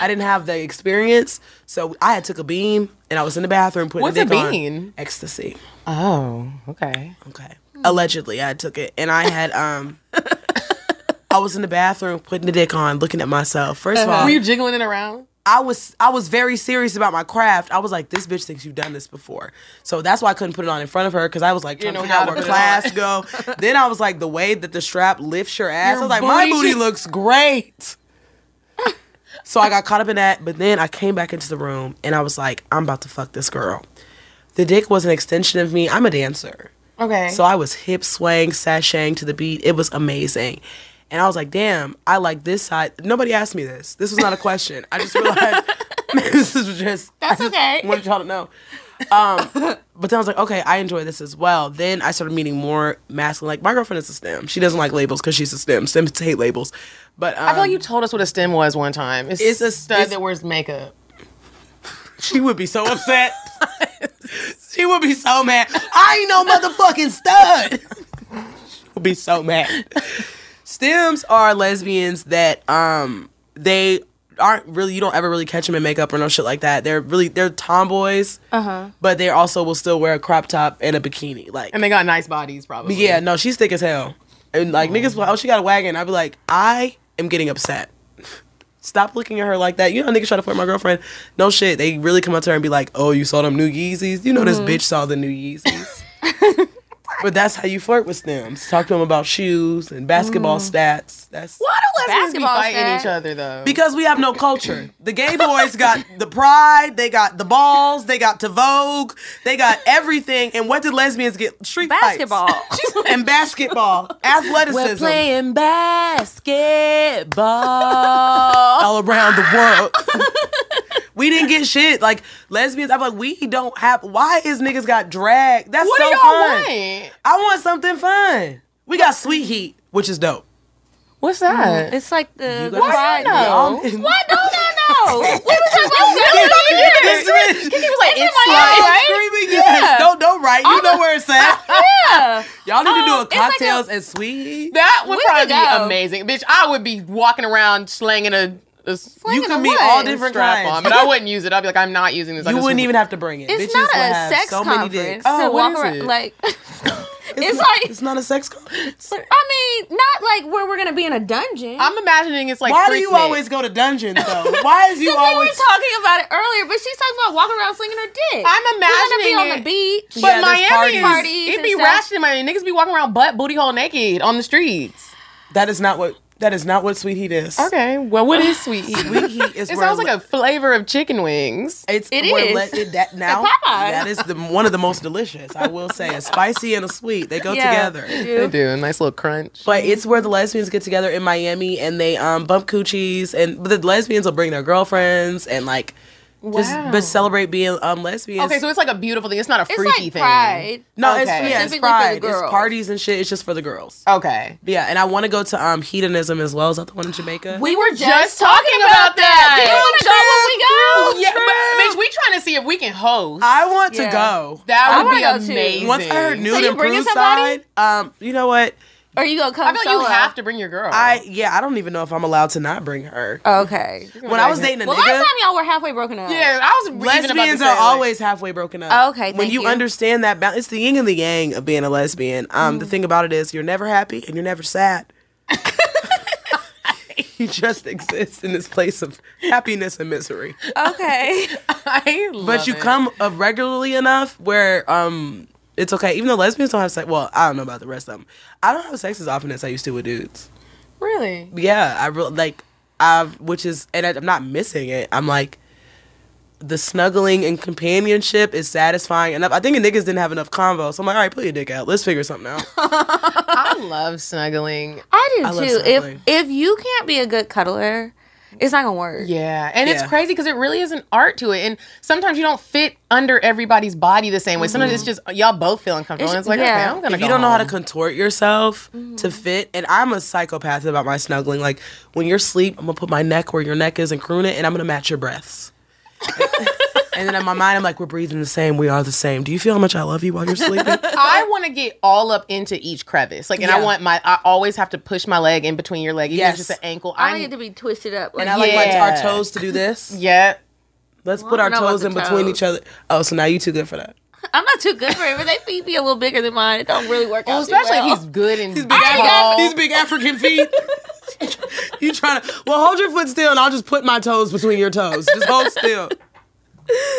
I didn't have the experience. So I had took a beam and I was in the bathroom putting
What's
the
a
dick
bean?
on ecstasy.
Oh, okay.
Okay. Allegedly, I took it, and I had um, I was in the bathroom putting the dick on, looking at myself. 1st of all,
Were you jiggling it around?
I was I was very serious about my craft. I was like, this bitch thinks you've done this before, so that's why I couldn't put it on in front of her because I was like trying
know
to figure out
how to
where
put it
class go. then I was like, the way that the strap lifts your ass,
Your
I was like, my
booty
booty
should-
looks great. so I got caught up in that, but then I came back into the room and I was like, I'm about to fuck this girl. The dick was an extension of me. I'm a dancer.
Okay.
So I was hip swaying, sashaying to the beat. It was amazing. And I was like, damn, I like this side. Nobody asked me this. This was not a question. I just realized this is just. That's okay. wanted y'all to know. Um, but then I was like, okay, I enjoy this as well. Then I started meeting more masculine. Like, my girlfriend is a STEM. She doesn't like labels because she's a STEM. STEMs hate labels. But um,
I feel like you told us what a stem was one time. It's,
It's a-
a stud
it's-
that wears makeup.
she would be so upset. she would be so mad. I ain't no motherfucking stud. she would be so mad. Stems are lesbians that um they aren't really you don't ever really catch them in makeup or no shit like that. They're really they're tomboys. Uh-huh. But they also will still wear a crop top and a bikini. Like
And they got nice bodies, probably.
yeah, no, she's thick as hell. And like niggas, be like, oh, she got a wagon. I'd be like, I am getting upset. Stop looking at her like that. You know, how niggas try to flirt my girlfriend. No shit. They really come up to her and be like, oh, you saw them new Yeezys? You know, this bitch saw the new Yeezys. but that's how you flirt with them. Talk to them about shoes and basketball stats. That's
Why do lesbians be
Basketball
fighting
stat.
each other though?
because we have no culture. The gay boys got the pride, they got the balls, they got to Vogue, they got everything. And what did lesbians get? Street fights.
Basketball.
and basketball, athleticism. We're playing basketball all around the world. we didn't get shit. Like lesbians, I'm like, we don't have. Why is niggas got drag? That's
what
so
do y'all
fun.
want?
I want something fun. We got sweet heat, which is dope.
What's that?
It's like the
You gotta-
pride.
No.
Y'all-
Why do I know? We were talking about
This bitch-
like,
like-
it's like-
right?
Screaming, yes.
Yeah.
Don't don't write. You know where it's at.
Yeah.
Y'all need to do a
Oh, it's like
cocktails and sweet heat.
that would
We
probably
could go.
be amazing, bitch. I would be walking around slanging a. a
You
Look
can
at
meet
what?
all different
strap on,
kinds.
but I wouldn't use it. I'd be like, I'm not using this. I
You
just-
wouldn't even have to bring it.
It's
Bitches
not
will
a
have
sex
so many
conference.
dicks.
to
Oh,
walk
what is
around,
it?
like it's
not-
like-
it's not a sex conference.
I mean, not like where we're gonna be in a dungeon.
I'm imagining it's like.
Why do you
Freaknik.
always go to dungeons though? Why is you
Because we
always?
were talking about it earlier, but she's talking about walking around slinging her dick. We're
I'm
gonna be
imagining
on
it.
the beach.
But
Yeah, there's
Miami
parties.
is
Parties
it
and
be
stuff.
ratchet in Miami. Niggas be walking around butt booty hole naked on the streets.
that is not what that is not what sweet heat is.
Okay, well, what is sweet heat?
Sweet heat is.
It
where
sounds like
le-
a flavor of chicken wings.
It's
It
where
is.
le- it- that now
Popeye.
that is the one of the most delicious. I will say, a spicy and a sweet they go
Yeah.
together.
They do a nice little crunch.
But it's where the lesbians get together in Miami and they um bump coochies and but the lesbians will bring their girlfriends and like just
Wow.
but celebrate being um lesbians.
Okay, so it's like a beautiful thing. It's not a
It's
freaky
like
thing.
pride.
no, it's
okay.
yeah, it's
Specifically for the
pride. It's
girls.
parties and shit. It's just for the girls.
Okay.
But yeah, and I want to go to um hedonism as well. Is that the one in Jamaica?
We were
Just talking about that.
Do you want to go when we go?
Yeah, but bitch, we trying to see if we can host.
I want to
Yeah.
go.
that would
wanna
be
go too.
amazing.
Once I heard
So
nude
you bringing
improved
somebody?
side, um, you know what?
Or you gonna come
I feel like you
solo?
have to bring your girl.
I yeah, I don't even know if I'm allowed to not bring her.
Oh, Okay.
when I was dating a
Well, last
nigga,
time y'all were halfway broken up.
yeah, I was even about to
lesbians
say,
are
like,
always halfway broken up.
Oh, okay,
when
thank
you,
you.
understand that balance, it's the yin and the yang of being a lesbian. Um,
Mm.
the thing about it is, you're never happy and you're never sad. you just exist in this place of happiness and misery.
Okay.
I love
but you
it.
come uh, regularly enough where um it's okay. Even though lesbians don't have sex, well, I don't know about the rest of them. I don't have sex as often as I used to with dudes.
really.
Yeah, I really like I've which is and I, I'm not missing it. I'm like the snuggling and companionship is satisfying enough. I think the niggas didn't have enough convo, so I'm like, all right, pull your dick out. Let's figure something out.
I love snuggling.
I do
I love
too.
snuggling.
If if you can't be a good cuddler, it's not gonna work.
Yeah, and
Yeah.
it's crazy because it really is an art to it, and sometimes you don't fit under everybody's body the same way. Sometimes it's just uh, y'all both feel uncomfortable. and
It's-
it's like,
yeah.
okay, I'm gonna.
Mm-hmm. if
go
you don't know how to
home.
contort yourself
Mm-hmm.
to fit, and I'm a psychopath about my snuggling. Like when you're asleep, I'm gonna put my neck where your neck is and croon it, and I'm gonna match your breaths. And then in my mind, I'm like, we're breathing the same. We are the same. Do you feel how much I love you while you're sleeping?
I want to get all up into each crevice. Like, and I
Yeah.
want my, I always have to push my leg in between your leg. Even yes.
Yes.
just an ankle.
I
I,
need to be twisted up. Like,
And I like my,
Yeah.
our toes to do this.
yeah.
Let's put our
don't know about
toes
the
in between
toes.
each other. Oh, so now you too good for that.
I'm not too good for it, but they feet be a little bigger than mine. It don't really work out. too
Especially
well.
if he's good and he's
Afri-
tall.
These big African feet. you trying to? Well, hold your foot still, and I'll just put my toes between your toes. Just hold still.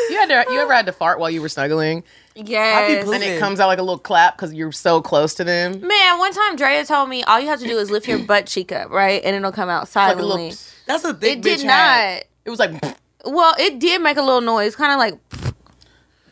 You, had to, you ever had to fart while you were snuggling?
yes.
And it comes out like a little clap because you're so close to them.
Man, one time Drea told me all you have to do is lift your butt cheek up, right, and it'll come out
Like a
silently.
little,
That's a
it
thick bitch
did not.
hat.
it was like,
Well, it did make a little noise, kind of like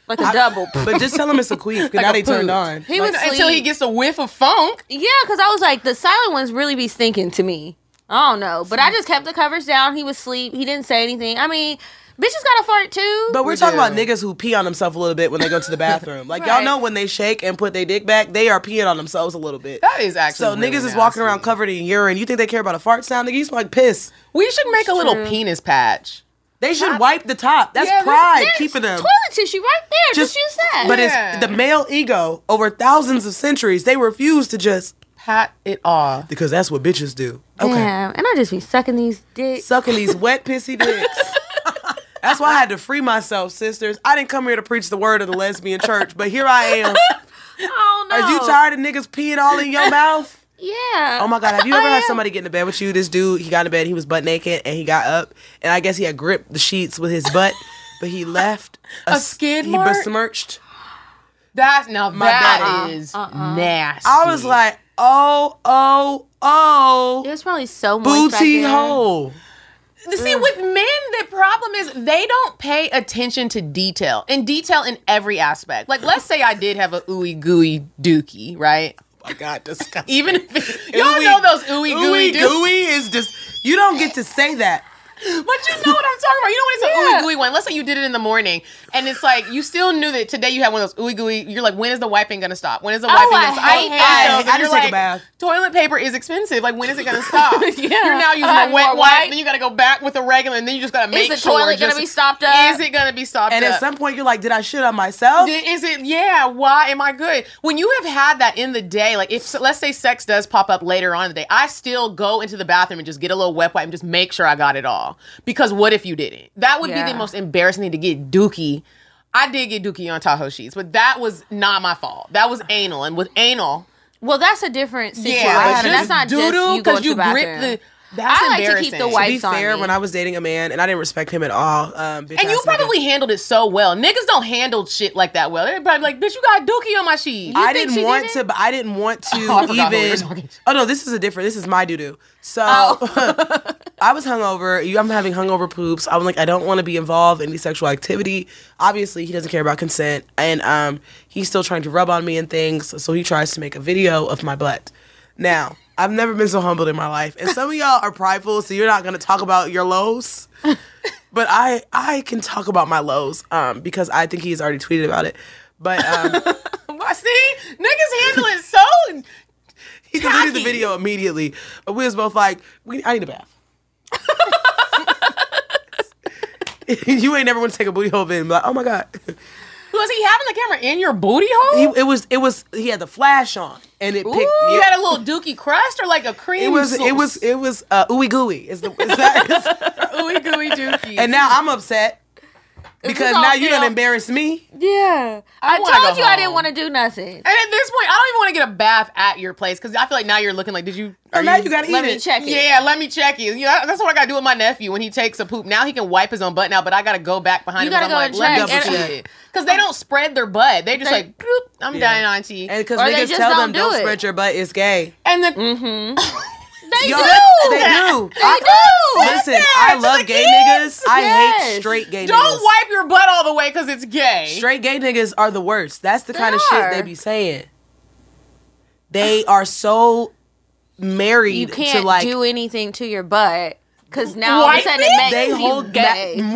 like a double.
But just tell him it's a queef. 'cause now they turned on.
He was
until he
asleep.
gets a whiff of funk.
yeah, because I was like, the silent ones really be stinking to me. I don't know, but I just kept the covers down. He was asleep. He didn't say anything. I mean, bitches got a fart too.
But we're talking about niggas who pee on themselves a little bit when they go to the bathroom. Like y'all
Right.
know when they shake and put their dick back, they are peeing on themselves a little bit.
That is actually.
so niggas
really
is
nasty.
walking around covered in urine. You think they care about a fart sound? Nigga, you smell like piss.
We should make a little penis patch.
They should wipe the top. That's
Yeah, there's-
pride
There's
keeping them.
toilet tissue right there. Just, use that.
But
Yeah.
it's the male ego over thousands of centuries. They refuse to just
Pat it off.
because that's what bitches do. Okay,
Damn, and I just be sucking these dicks.
sucking these wet pissy dicks. That's why I had to free myself, sisters. I didn't come here to preach the word of the lesbian church, but here I am.
oh no!
Are you tired of niggas peeing all in your mouth?
Yeah.
Oh my god, have you
I
ever had
am.
somebody get in the bed with you? This dude, he got in bed, he was butt naked, and he got up, and I guess he had gripped the sheets with his butt, but he left
A skid
he
mark?
besmirched.
That now that
bad. Uh-uh.
is nasty.
I was like, oh, oh,
It
oh,
was probably so moist back
booty
there.
hole.
Oh
mm.
See, with men, the problem is they don't pay attention to detail and detail in every aspect. Like, let's say I did have a ooey gooey dookie, right?
Oh my god, disgusting.
Even if y'all
Ooey-
know those ooey gooey
Ooey
dookies,
gooey is just you don't get to say that.
but you know what I'm talking about. You know when it's an ooey gooey one. Let's say you did it in the morning, and it's like you still knew that today you had one of those ooey gooey. You're like, when is the wiping gonna stop? When is the wiping
Oh, I
gonna stop?
hate that.
those. And
I just
you're
take
like,
a bath.
Toilet paper is expensive. Like, when is it gonna stop? You're now using
I
a wet wipe,
want Uh, white.
then you gotta go back with a regular, and then you just gotta make
the
sure.
toilet gonna
just-
be stopped up?
Is it gonna be stopped
And
up?
at some point, you're like, did I shit on myself?
Th- Is it? Yeah. Why am I good? When you have had that in the day, like if let's say sex does pop up later on in the day, I still go into the bathroom and just get a little wet wipe and just make sure I got it all. Because what if you didn't? That would be
Yeah.
the most embarrassing thing to get dookie. I did get dookie on Tahoe sheets, but that was not my fault. That was anal, and with anal,
Well, that's a different situation.
yeah,
had
that's
just
not just
doodle
you going to the bathroom.
the. That's
I like to keep the
embarrassing.
wipe-
to be
Wipes on
fair,
me.
when I was dating a man and I didn't respect him at all, um, bitch
And you
ass nigga.
probably handled it so well. Niggas don't handle shit like that well. They're probably like, bitch, you got dookie on my sheet.
I
think
didn't
she
want
did
to. But I didn't want to
I forgot who we were
even.
talking Oh.
Oh no, this is a different. This is my doo doo. So I was hungover. You, I'm having hungover poops. I'm like, I don't want to be involved in any sexual activity. Obviously, he doesn't care about consent, and um, he's still trying to rub on me and things. So he tries to make a video of my butt. Now, I've never been so humbled in my life, and some of y'all are prideful, so you're not gonna talk about your lows. But I, I can talk about my lows um, because I think he's already tweeted about it. But um,
Why, see, niggas handle it so.
He deleted the
Tacky.
video immediately. But we was both like, we, I need a bath. you ain't never want to take a booty hole in. and be Like, oh my god,
Was he having the camera in your booty hole?
he, it was it was he had the flash on and it picked.
you
yeah.
had a little dookie crust or like a cream.
it was it was it was uh, ooey gooey. Is the, is that,
ooey gooey dookie.
and now I'm upset because
all
now you done
fail.
embarrassed me.
yeah.
I
I,
wanna
told
go
you I didn't
home.
want to do nothing.
and at this point, I don't even want to get a bath at your place because I feel like now you're looking like, did you?
So now you, gotta eat
Let me
Uh, it.
check it.
Yeah, let me check you. Yeah, that's what I gotta do with my nephew when he takes a poop. Now he can wipe his own butt now, but I gotta go back behind
You
him.
gotta go
and
and
I'm like,
check.
let me
And-
see it. Because they don't spread their butt. They just
They-
like, bloop, I'm dying on you.
And
And,
because
Or they
niggas
just
tell
don't
them
do
don't
it.
spread your butt, it's gay.
the
Mm-hmm.
They
Yo,
do.
They do.
They do.
Listen, I love gay niggas. I hate
Yes.
straight gay niggas.
don't wipe your butt all the way because it's gay.
Straight gay niggas are the worst. That's the kind of
are.
shit they be saying. They are so married
You
to
can't
like
do anything to your butt because now all of a
Wipe
sudden
it?
it makes
they
you
hold
gay.
that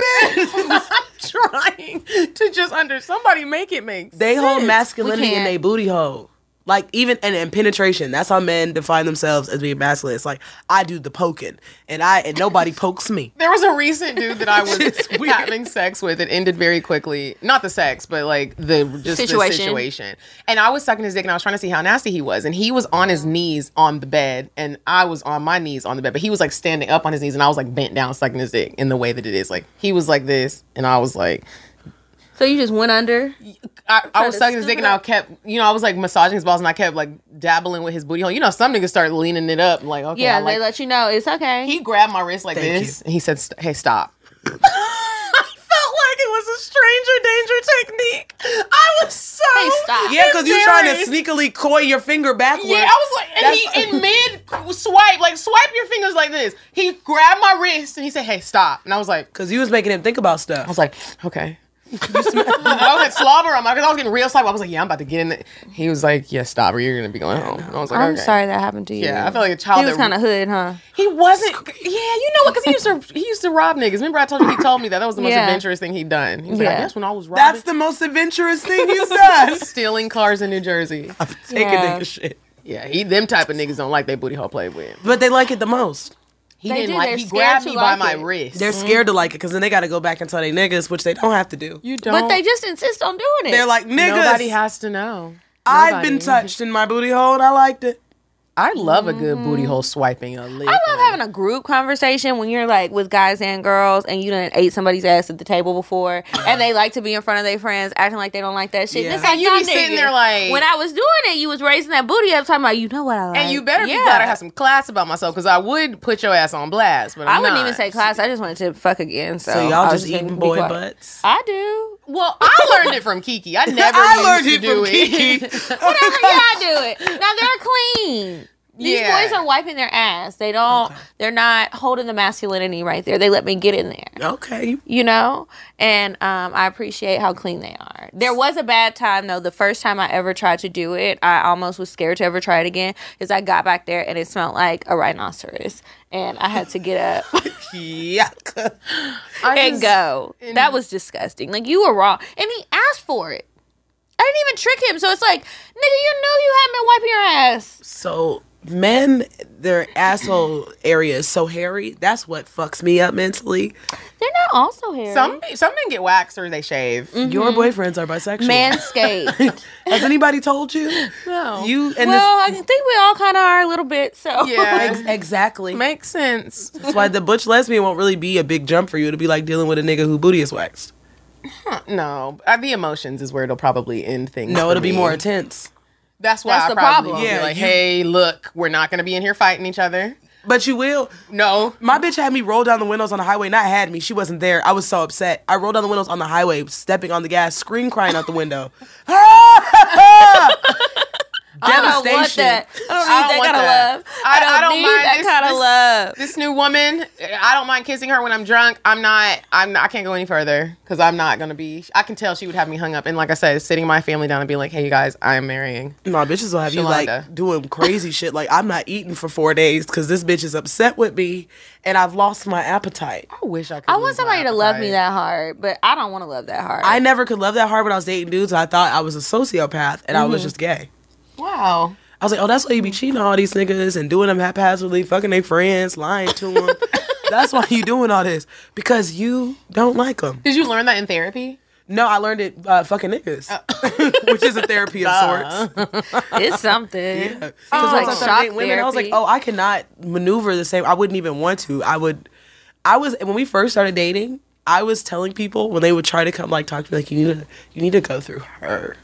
wipe it.
trying to just under somebody make it make
they hold masculinity in
can't.
their booty hole. Like even and, and penetration. That's how men define themselves as being masculine. It's like I do the poking, and I and nobody pokes me.
There was a recent dude that I was
It's weird.
having sex with. It ended very quickly. Not the sex, but like the just situation. the
Situation.
situation. And I was sucking his dick, and I was trying to see how nasty he was. And he was on his knees on the bed, and I was on my knees on the bed. But he was like standing up on his knees, and I was like bent down sucking his dick in the way that it is. Like he was like this, and I was like,
So you just went under.
I, I was
to
sucking his
scoop
dick,
it
and I kept, you know, I was like massaging his balls, and I kept like dabbling with his booty hole. You know, some niggas start leaning it up, like okay,
Yeah,
I like
they let you know it's okay.
he grabbed my wrist like
Thank
this and he said, "St- Hey, stop. I felt like it was a stranger danger technique. I was so.
Hey, stop.
Yeah, because you're trying to
embarrassed.
sneakily coy your finger backwards.
Yeah, I was like, and he in mid swipe, like swipe your fingers like this. He grabbed my wrist and he said, "Hey, stop!" And I was like,
Because you was making him think about stuff.
I was like, okay. I was like slobber on my because I was getting real slobber. I was like, yeah, I'm about to get in. The-. He was like, yeah, stop or you're gonna be going home. And I was like,
I'm
okay.
sorry that happened to you.
Yeah, I felt like a child.
he was
that-
kind of hood, huh?
He wasn't. Yeah, you know what? Because he used to he used to rob niggas. Remember, I told you he told me that that was the most
Yeah.
adventurous thing he'd done. He was like, I
Yeah.
guess when I was robbing,
That's the most adventurous thing he's done.
stealing cars in New Jersey.
Taking
Yeah.
nigga shit.
Yeah, he them type of niggas don't like their booty hole played with.
But they like it the most.
He
They
didn't
do,
like.
they're
He
scared
grabbed
to
me by
like
my
it.
wrist.
They're scared to like it because then they got to go back and tell they niggas, which they don't have to do.
you don't.
But they just insist on doing it.
They're like, niggas,
nobody has to know.
I've been
nobody.
touched in my booty hole and I liked it.
I love a good booty hole swiping a lick.
I love having a group conversation when you're like with guys and girls and you done ate somebody's ass at the table before and they like to be in front of their friends acting like they don't like that shit.
Yeah.
This ain't
And you be
y'all
sitting
niggas.
there like-
when I was doing it, you was raising that booty up talking about you know what I like.
And you better
Yeah.
be glad I have some class about myself because I would put your ass on blast. But
I
I'm
wouldn't
not.
even say class. I just wanted to fuck again. So,
So
Oh, I
y'all
was
just
gonna
eating
be
boy
quiet.
butts.
I do.
Well, I learned it from Kiki. I never.
I
used
learned
to
it
do
from
it.
Kiki.
Whatever, yeah, I do it. Now they're clean. These
Yeah.
boys are wiping their ass. They don't. They're not holding the masculinity right there. They let me get in there.
Okay.
you know and um, i appreciate how clean they are there was a bad time though the first time i ever tried to do it i almost was scared to ever try it again because i got back there and it smelled like a rhinoceros and i had to get up
Yuck.
I
and
just-
go that was disgusting like you were wrong and he asked for it i didn't even trick him so it's like nigga you knew you hadn't been wiping your ass
So men, their asshole area is so hairy. That's what fucks me up mentally.
they're not also here
Some some men get waxed or they shave.
Your boyfriends are bisexual.
manscaped
Has anybody told you?
No.
You and
well i think we all kind of are a little bit so
Yeah.
this. Exactly.
Makes sense.
That's why the butch lesbian won't really be a big jump for you to be like dealing with a nigga who booty is waxed.
No, uh, the emotions is where it'll probably end things.
No,
for
it'll be
me.
more intense.
That's why
That's
I
the
probably
problem.
will be
Yeah,
like,
you-
hey, look, we're not gonna be in here fighting each other.
But you will.
No,
My bitch had me roll down the windows on the highway. Not had me. She wasn't there. I was so upset. I rolled down the windows on the highway, stepping on the gas, scream crying out the window.
I don't want
Devastation.
that. I don't
I don't
need that
want
kind of
that.
love.
I-
I don't,
I don't
need
mind
that
this-
kind
this-
of love.
this new woman, I don't mind kissing her when I'm drunk. I'm not. I'm. Not, I can't go any further because I'm not gonna be. I can tell she would have me hung up. And like I said, sitting my family down and being like, hey, you guys, I am marrying.
My bitches will have you like
Shalonda.
doing crazy shit. Like I'm not eating for four days because this bitch is upset with me, and I've lost my appetite.
I wish I could.
I want somebody to love me that hard, but I don't want to love that hard.
I never could love that hard when I was dating dudes. I thought I was a sociopath and I was
Mm-hmm.
just gay.
Wow.
I was like, oh, that's why you
Mm.
be cheating on all these niggas and doing them haphazardly, fucking their friends, lying to them. that's why you doing all this because you don't like them.
Did you learn that in therapy?
No, I learned it uh, fucking niggas,
Oh.
which is a therapy of sorts.
it's something.
Because
Oh, like
I started
shock
dating women, I was like,
therapy.
oh, I cannot maneuver the same. I wouldn't even want to. I would. I was when we first started dating. I was telling people when they would try to come like talk to me like you need to you need to go through her.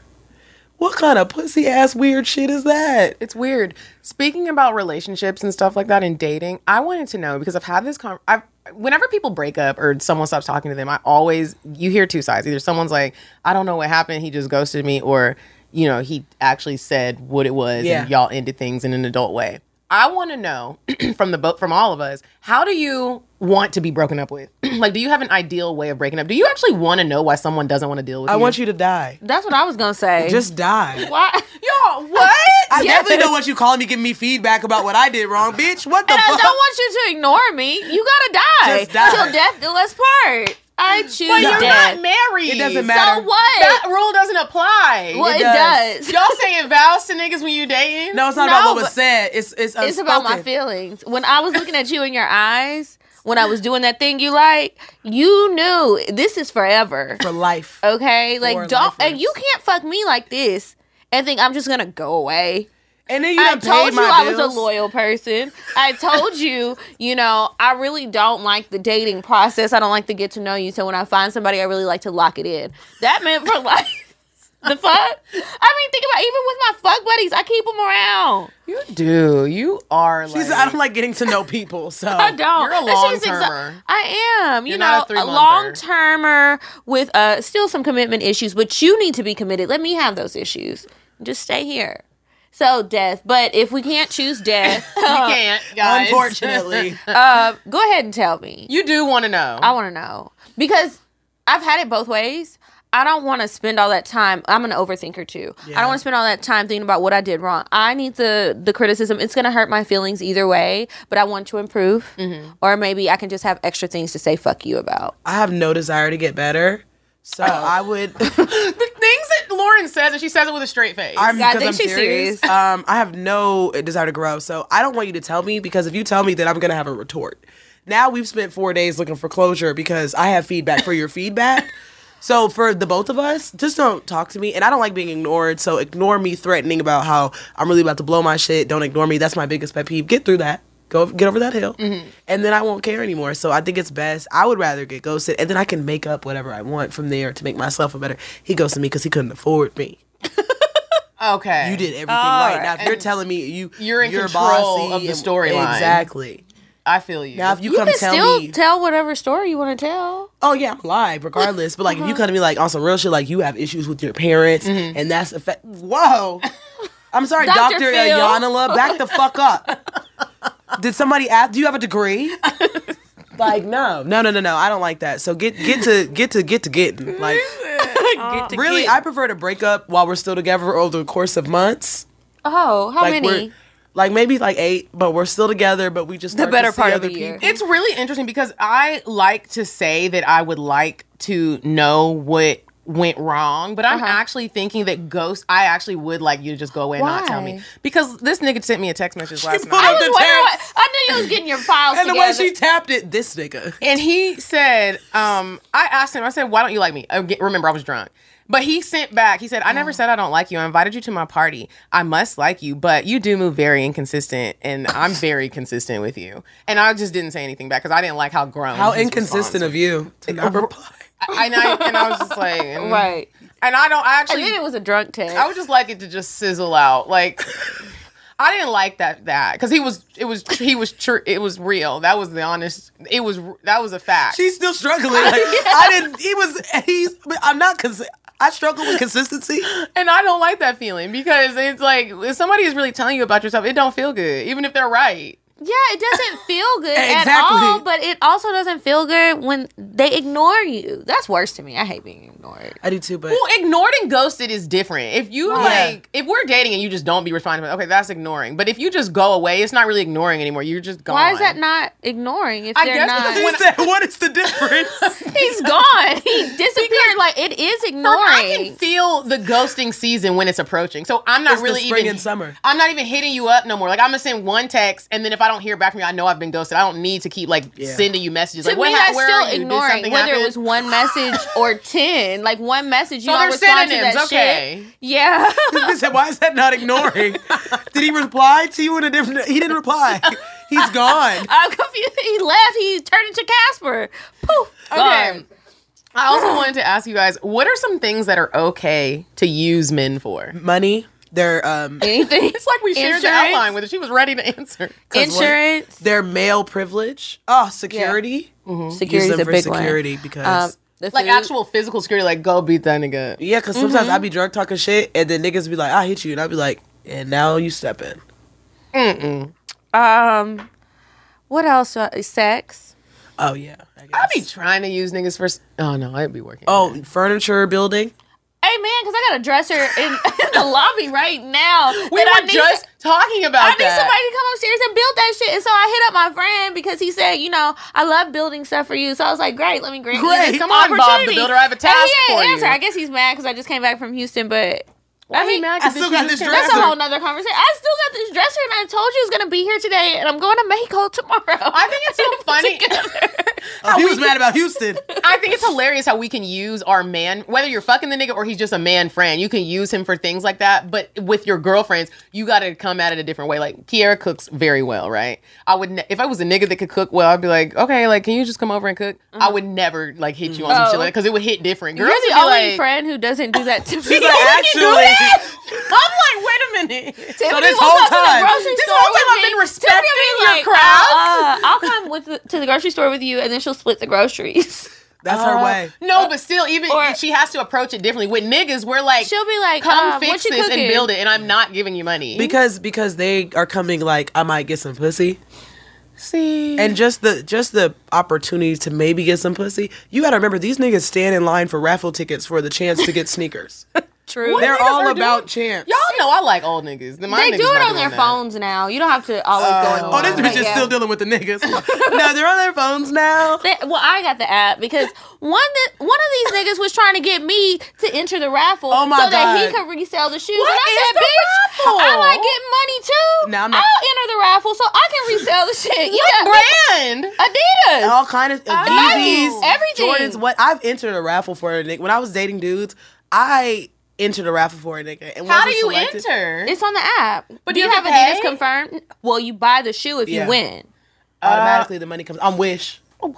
What kind of pussy ass weird shit is that?
It's weird. Speaking about relationships and stuff like that and dating, I wanted to know because I've had this con- I've whenever people break up or someone stops talking to them, I always you hear two sides. Either someone's like, I don't know what happened, he just ghosted me, or you know, he actually said what it was
Yeah.
and y'all ended things in an adult way. I want to know from the boat from all of us, how do you want to be broken up with? like do you have an ideal way of breaking up? Do you actually want to know why someone doesn't want to deal with
I
you?
want you to die.
That's what I was gonna say.
Just die.
why, y'all? What?
I definitely don't want you calling me, giving me feedback about what I did wrong, bitch. What the
I don't
fuck?
want you to ignore me. You gotta die.
Just die.
Till death do us part. I I choose
But you're
death.
not married.
It doesn't
So
matter.
so what?
that rule doesn't apply.
well, it
does.
does.
Y'all saying vows to niggas when you dating?
No, it's not about
No,
what was
but-
said. It's it's unspoken.
It's about my feelings. When I was looking at you in your eyes, when I was doing that thing you like, you knew this is forever.
for life.
Uh, Okay, like don't and
lifers.
you can't fuck me like this and think I'm just gonna go away.
And then you
I
done paid
told you
my
I was
bills.
a loyal person. I told you, you know, I really don't like the dating process. I don't like to get to know you. So when I find somebody, I really like to lock it in. That meant for life. the fuck? I mean, think about even with my fuck buddies, I keep them around.
You do. You are like.
She said, I don't like getting to know people. So
I don't.
You're a
That shit is
long
exa-
termer.
I am. You
You're
know,
not a
a,
three-monther.
long termer with uh, still some commitment issues, but you need to be committed. Let me have those issues. Just stay here. So death, but if we can't choose death,
You can't, guys.
unfortunately,
uh, go ahead and tell me.
you do want to know.
I want to know because I've had it both ways. I don't want to spend all that time. I'm an overthinker too. I don't want to spend all that time thinking about what I did wrong. I need the the criticism. It's gonna hurt my feelings either way, but I want to improve,
Mm-hmm.
or maybe I can just have extra things to say fuck you about.
I have no desire to get better. So I would
the things that Lauren says, and she says it with a straight face.
I'm
I
because
think
I'm
she's
serious.
serious.
um, I have no desire to grow, so I don't want you to tell me because if you tell me, then I'm gonna have a retort. Now we've spent four days looking for closure because I have feedback for your feedback. So for the both of us, just don't talk to me, and I don't like being ignored. So ignore me threatening about how I'm really about to blow my shit. Don't ignore me. That's my biggest pet peeve. Get through that. Go get over that hill,
Mm-hmm.
and then I won't care anymore. So I think it's best. I would rather get ghosted, and then I can make up whatever I want from there to make myself a better. He ghosted me because he couldn't afford me.
okay.
You did everything right. Now, if you're telling me you
Ah, You're in control
bossy
of the
and-
storyline.
exactly.
I feel you.
Now, if you,
You
come
can
tell
still
me,
tell whatever story you want to tell.
oh yeah, I'm live regardless. But like,
Uh-huh.
if you come to me like on some real shit, like you have issues with your parents,
Mm-hmm.
and that's effect. Whoa, I'm sorry,
Dr.
Doctor
Phil.
Yanala, back the fuck up. Did somebody ask? Do you have a degree? like no, no, no, no, no. I don't like that. So get get to get to get to getting like. Really, I prefer to break up while we're still together over the course of months.
Oh, how
like
many?
we're like maybe like eight, but we're still together. But we just
The
start
better
to see
part of
other
the year.
people.
It's really interesting because I like to say that I would like to know what went wrong, but I'm
Uh-huh.
actually thinking that ghost. I actually would like you to just go away and not tell me
Why?
because this nigga sent me a text message last
put
night,
up the
I was wondering
tab.
what- I knew you was getting your files
And the way
together.
she tapped it, this nigga.
and he said, um, I asked him, I said, why don't you like me? Again, remember, I was drunk. But he sent back. He said, "I never said I don't like you. I invited you to my party. I must like you, but you do move very inconsistent, and I'm very consistent with you." And I just didn't say anything back because I didn't like how grown.
How
his response
inconsistent of you to not reply.
and I and I was just like, mm.
right?
And I don't I actually.
And then it was a drunk text.
I would just like it to just sizzle out. Like I didn't like that that because he was it was he was tr- it was real. That was the honest. It was that was a fact.
She's still struggling. Like, I didn't. He was. He's. but I'm not. Cons- I struggle with consistency.
and I don't like that feeling because it's like if somebody is really telling you about yourself, it don't feel good, even if they're right.
Yeah, it doesn't feel good at
Exactly.
all, but it also doesn't feel good when they ignore you. That's worse to me. I hate being ignored.
I do too, but
Well, ignored and ghosted is different. If you like, if we're dating and you just don't be responding, okay, that's ignoring. But if you just go away, it's not really ignoring anymore. You're just gone.
Why is that not ignoring if
I
they're
guess
not?
because
he
when
said, "What is the difference?"
He's gone. He disappeared. Like it is ignoring.
I can feel the ghosting season when it's approaching. So I'm not
It's the
really
spring
even
and summer.
I'm not even hitting you up no more. Like I'm gonna send one text, and then if I don't hear back from you, I know I've been ghosted. I don't need to keep like sending you messages.
to
like what
me,
hap-
that's
where
still
are you? Did
ignoring
something
whether
happen?
it was one message or ten. Like one message,
So
you don't
they're
respond
synonyms,
to that
okay.
shit. Yeah,
he said, "Why is that not ignoring?" Did he reply to you in a different? He didn't reply. He's gone.
I'm confused. He left. He turned into Casper. Poof.
Okay.
Gone.
Um, I also wanted to ask you guys, what are some things that are okay to use men for?
Money. Their um.
Anything?
It's like we shared the
Insurance?
outline with her. She was ready to answer.
Insurance.
Their male privilege. Oh, security. Use
Security's
them
a
for
big one. Um,
security because.
the
Like
food.
actual physical security, like go beat that nigga.
Yeah, because sometimes I be drunk talking shit, and then niggas be like, I hit you. And I be like, and now you step in.
Um, what else? Uh, Sex.
Oh, yeah. I guess.
I'd be trying to use niggas for. s- Oh no, I'd be working.
oh, furniture building.
Hey man, because I got a dresser in, in the lobby right now.
We
that I
were
need-
just talking about
I need
that.
somebody to come upstairs and build that shit. And so I hit up my friend because he said, you know, I love building stuff for you. So I was like, great, let me grant you
Great.
this
Come on, Bob the
opportunity.
Builder, I have a
And
task
he ain't
for you.
answer. I guess he's mad because I just came back from Houston, but I mean,
mad
I still got this
that's
dresser.
a whole nother conversation. I still got this dresser, and I told you it was gonna be here today, and I'm going to Mexico tomorrow.
I think it's so funny.
Oh, he was mad about Houston.
I think it's hilarious how we can use our man, whether you're fucking the nigga or he's just a man friend, you can use him for things like that. But with your girlfriends, you got to come at it a different way. Like Kiara cooks very well, right? I would, ne- if I was a nigga that could cook well, I'd be like, okay, like can you just come over and cook? I would never like hit you on some shit like because it would hit different. Girls
You're
would be
the only
like,
friend who doesn't do that to me.
He's like, actually,
I'm like, wait a minute.
so
this whole time-
this whole time I've been respecting your craft.
Uh, I'll come with the, to the grocery store with you, and then she'll split the groceries.
that's her way.
No, but still, even
Uh, or-
she has to approach it differently. With niggas, we're like,
She'll be like,
come
uh,
fix
what you
this
cooking?
and build it, and I'm not giving you money.
Because because they are coming like I might get some pussy.
See,
And just the just the opportunity to maybe get some pussy. You gotta remember these niggas stand in line for raffle tickets for the chance to get sneakers.
True.
They're
niggas
all
are doing-
about chance.
y'all know I like old niggas. My
They
niggas
do
not
it on
doing
their
that.
phones now. You don't have to always go.
Oh, this
online.
bitch is
Yeah.
still dealing with the niggas. no, they're on their phones now.
They- well, I got the app because one that one of these niggas was trying to get me to enter the raffle
Oh my
so that he
God.
could resell the shoes.
What
and I
is
said,
the
bitch,
raffle?
I might get money too.
Now, I'm not-
I'll enter the raffle so I can resell the shit. You got
Brand.
Adidas.
All kind of uh,
Nikes,
Yeezys,
Oh. everything.
Jordans. What I've entered a raffle for a nigga. When I was dating dudes, I entered a raffle for a nigga. And
How
wasn't
do you
selected.
enter?
It's on the app. But
do you have to
Adidas
pay?
confirmed? Well, you buy the shoe if
Yeah.
you win.
Automatically, the money comes on Wish.
what?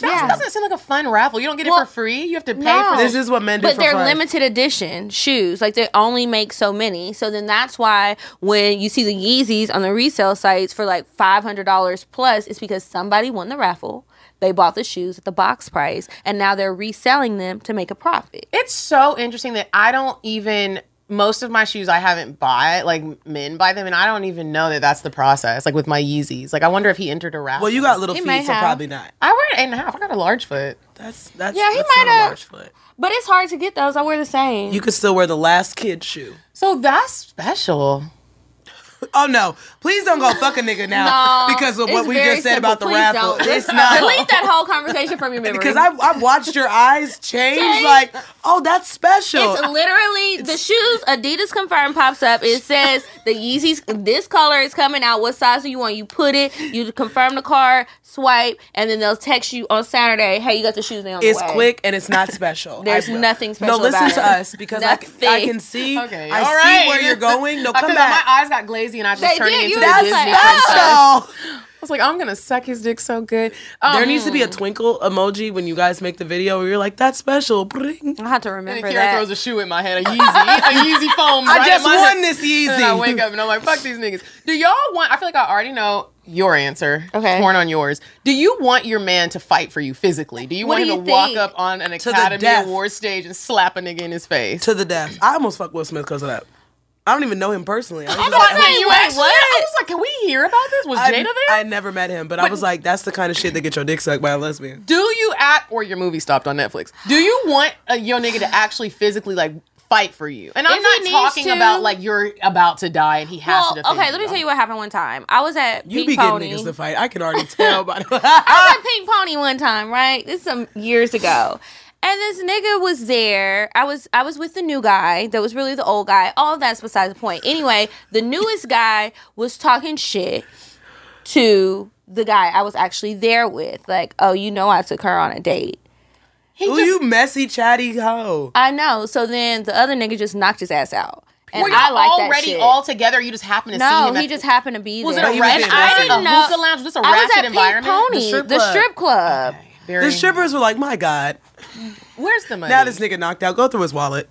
That
Yeah.
doesn't seem like a fun raffle. You don't get it for
Well,
free. You have to pay
no.
for
This is what men do
But
for
they're
fun.
limited edition shoes. Like they only make so many. So then that's why when you see the Yeezys on the resale sites for like five hundred dollars plus, it's because somebody won the raffle. They bought the shoes at the box price, and now they're reselling them to make a profit.
It's so interesting that I don't even. Most of my shoes I haven't bought, like men buy them, and I don't even know that that's the process. Like with my Yeezys, like I wonder if he entered a raffle.
Well, you got little
He may
feet, so
have.
probably not.
I wear an eight and a half. I got a large foot.
That's that's
Yeah, he
that's
might
not a
have-
large foot.
But it's hard to get those. I wear the same.
You could still wear the last kid shoe.
So that's special.
Oh no! Please don't go fuck a nigga now because of what
Um, It's
we
very
just said
simple.
about the
Please
raffle.
don't.
It's not
Delete that whole conversation from your memory.
because I've, I've watched your eyes change.
Change.
Like, oh, that's special.
It's literally the shoes. Adidas confirmed pops up. It says the Yeezys. This color is coming out. What size do you want? You put it. You confirm the card. Swipe, and then they'll text you on Saturday. Hey, you got the shoes now. on the
It's
way."
quick and it's not special.
There's
I will.
nothing special
No, listen
about
to
it.
us because I, c- I
Nothing.
can see.
Okay,
I
all
see
right.
where you're going. No,
I feel
come
like
back.
My eyes got glazy, and I was just
They
turning
did. You
into a
were just
Disney
like,
princess. "Ah!" I
special.
was like, I'm gonna suck his dick so good. Um,
There needs to be a twinkle emoji when you guys make the video where you're like, that's special. Bring.
I have to
and
remember
Kira
that.
throws a shoe at my head, a Yeezy, a Yeezy foam.
I
right at
just
my
won
head.
this
And then I wake
Yeezy.
up and I'm like, fuck these niggas. Do y'all want? I feel like I already know your answer.
Okay.
Torn on yours. Do you want your man to fight for you physically? Do you
What
want
do
him
you
to walk
think?
up on an
the
Academy
death.
Award stage and slap a nigga in his face?
To the death. I almost fucked Will Smith because of that. I don't even know him personally. I was just
I
like,
was like,
Wait,
you
wait,
actually-
what?
I was like, can we hear about this? Was
I,
Jada there?
I never met him, but, I was like, that's the kind of shit that get your dick sucked by a lesbian.
Do you act or your movie stopped on Netflix? Do you want a, your nigga to actually physically like fight for you? And I'm
If he
not
needs
talking
to.
about like you're about to die and he has
Well,
to. defend
okay, let me tell you what happened one time. I was at
You
Pink
be
Pony.
getting niggas to fight. I can already tell by
I had Pink Pony one time, right? This is some years ago. And this nigga was there. I was I was with the new guy that was really the old guy. All that's besides the point. Anyway, the newest guy was talking shit to the guy I was actually there with. Like, oh, you know I took her on a date.
Ooh, you messy, chatty hoe.
I know. So then the other nigga just knocked his ass out. And
Were you
I like that
already
shit.
all together? You just happened to see
no,
him.
he
at-
just happened to be
was it
there.
a
he was
red?
being
I
messy.
didn't
No.
know. Hookah lounge. Was this a
I was
ratchet
at Pink
environment?
Pony,
The strip
the
club.
strip club.
Very-
The strippers were like, my God.
Where's the money?
Now this nigga knocked out. Go through his wallet.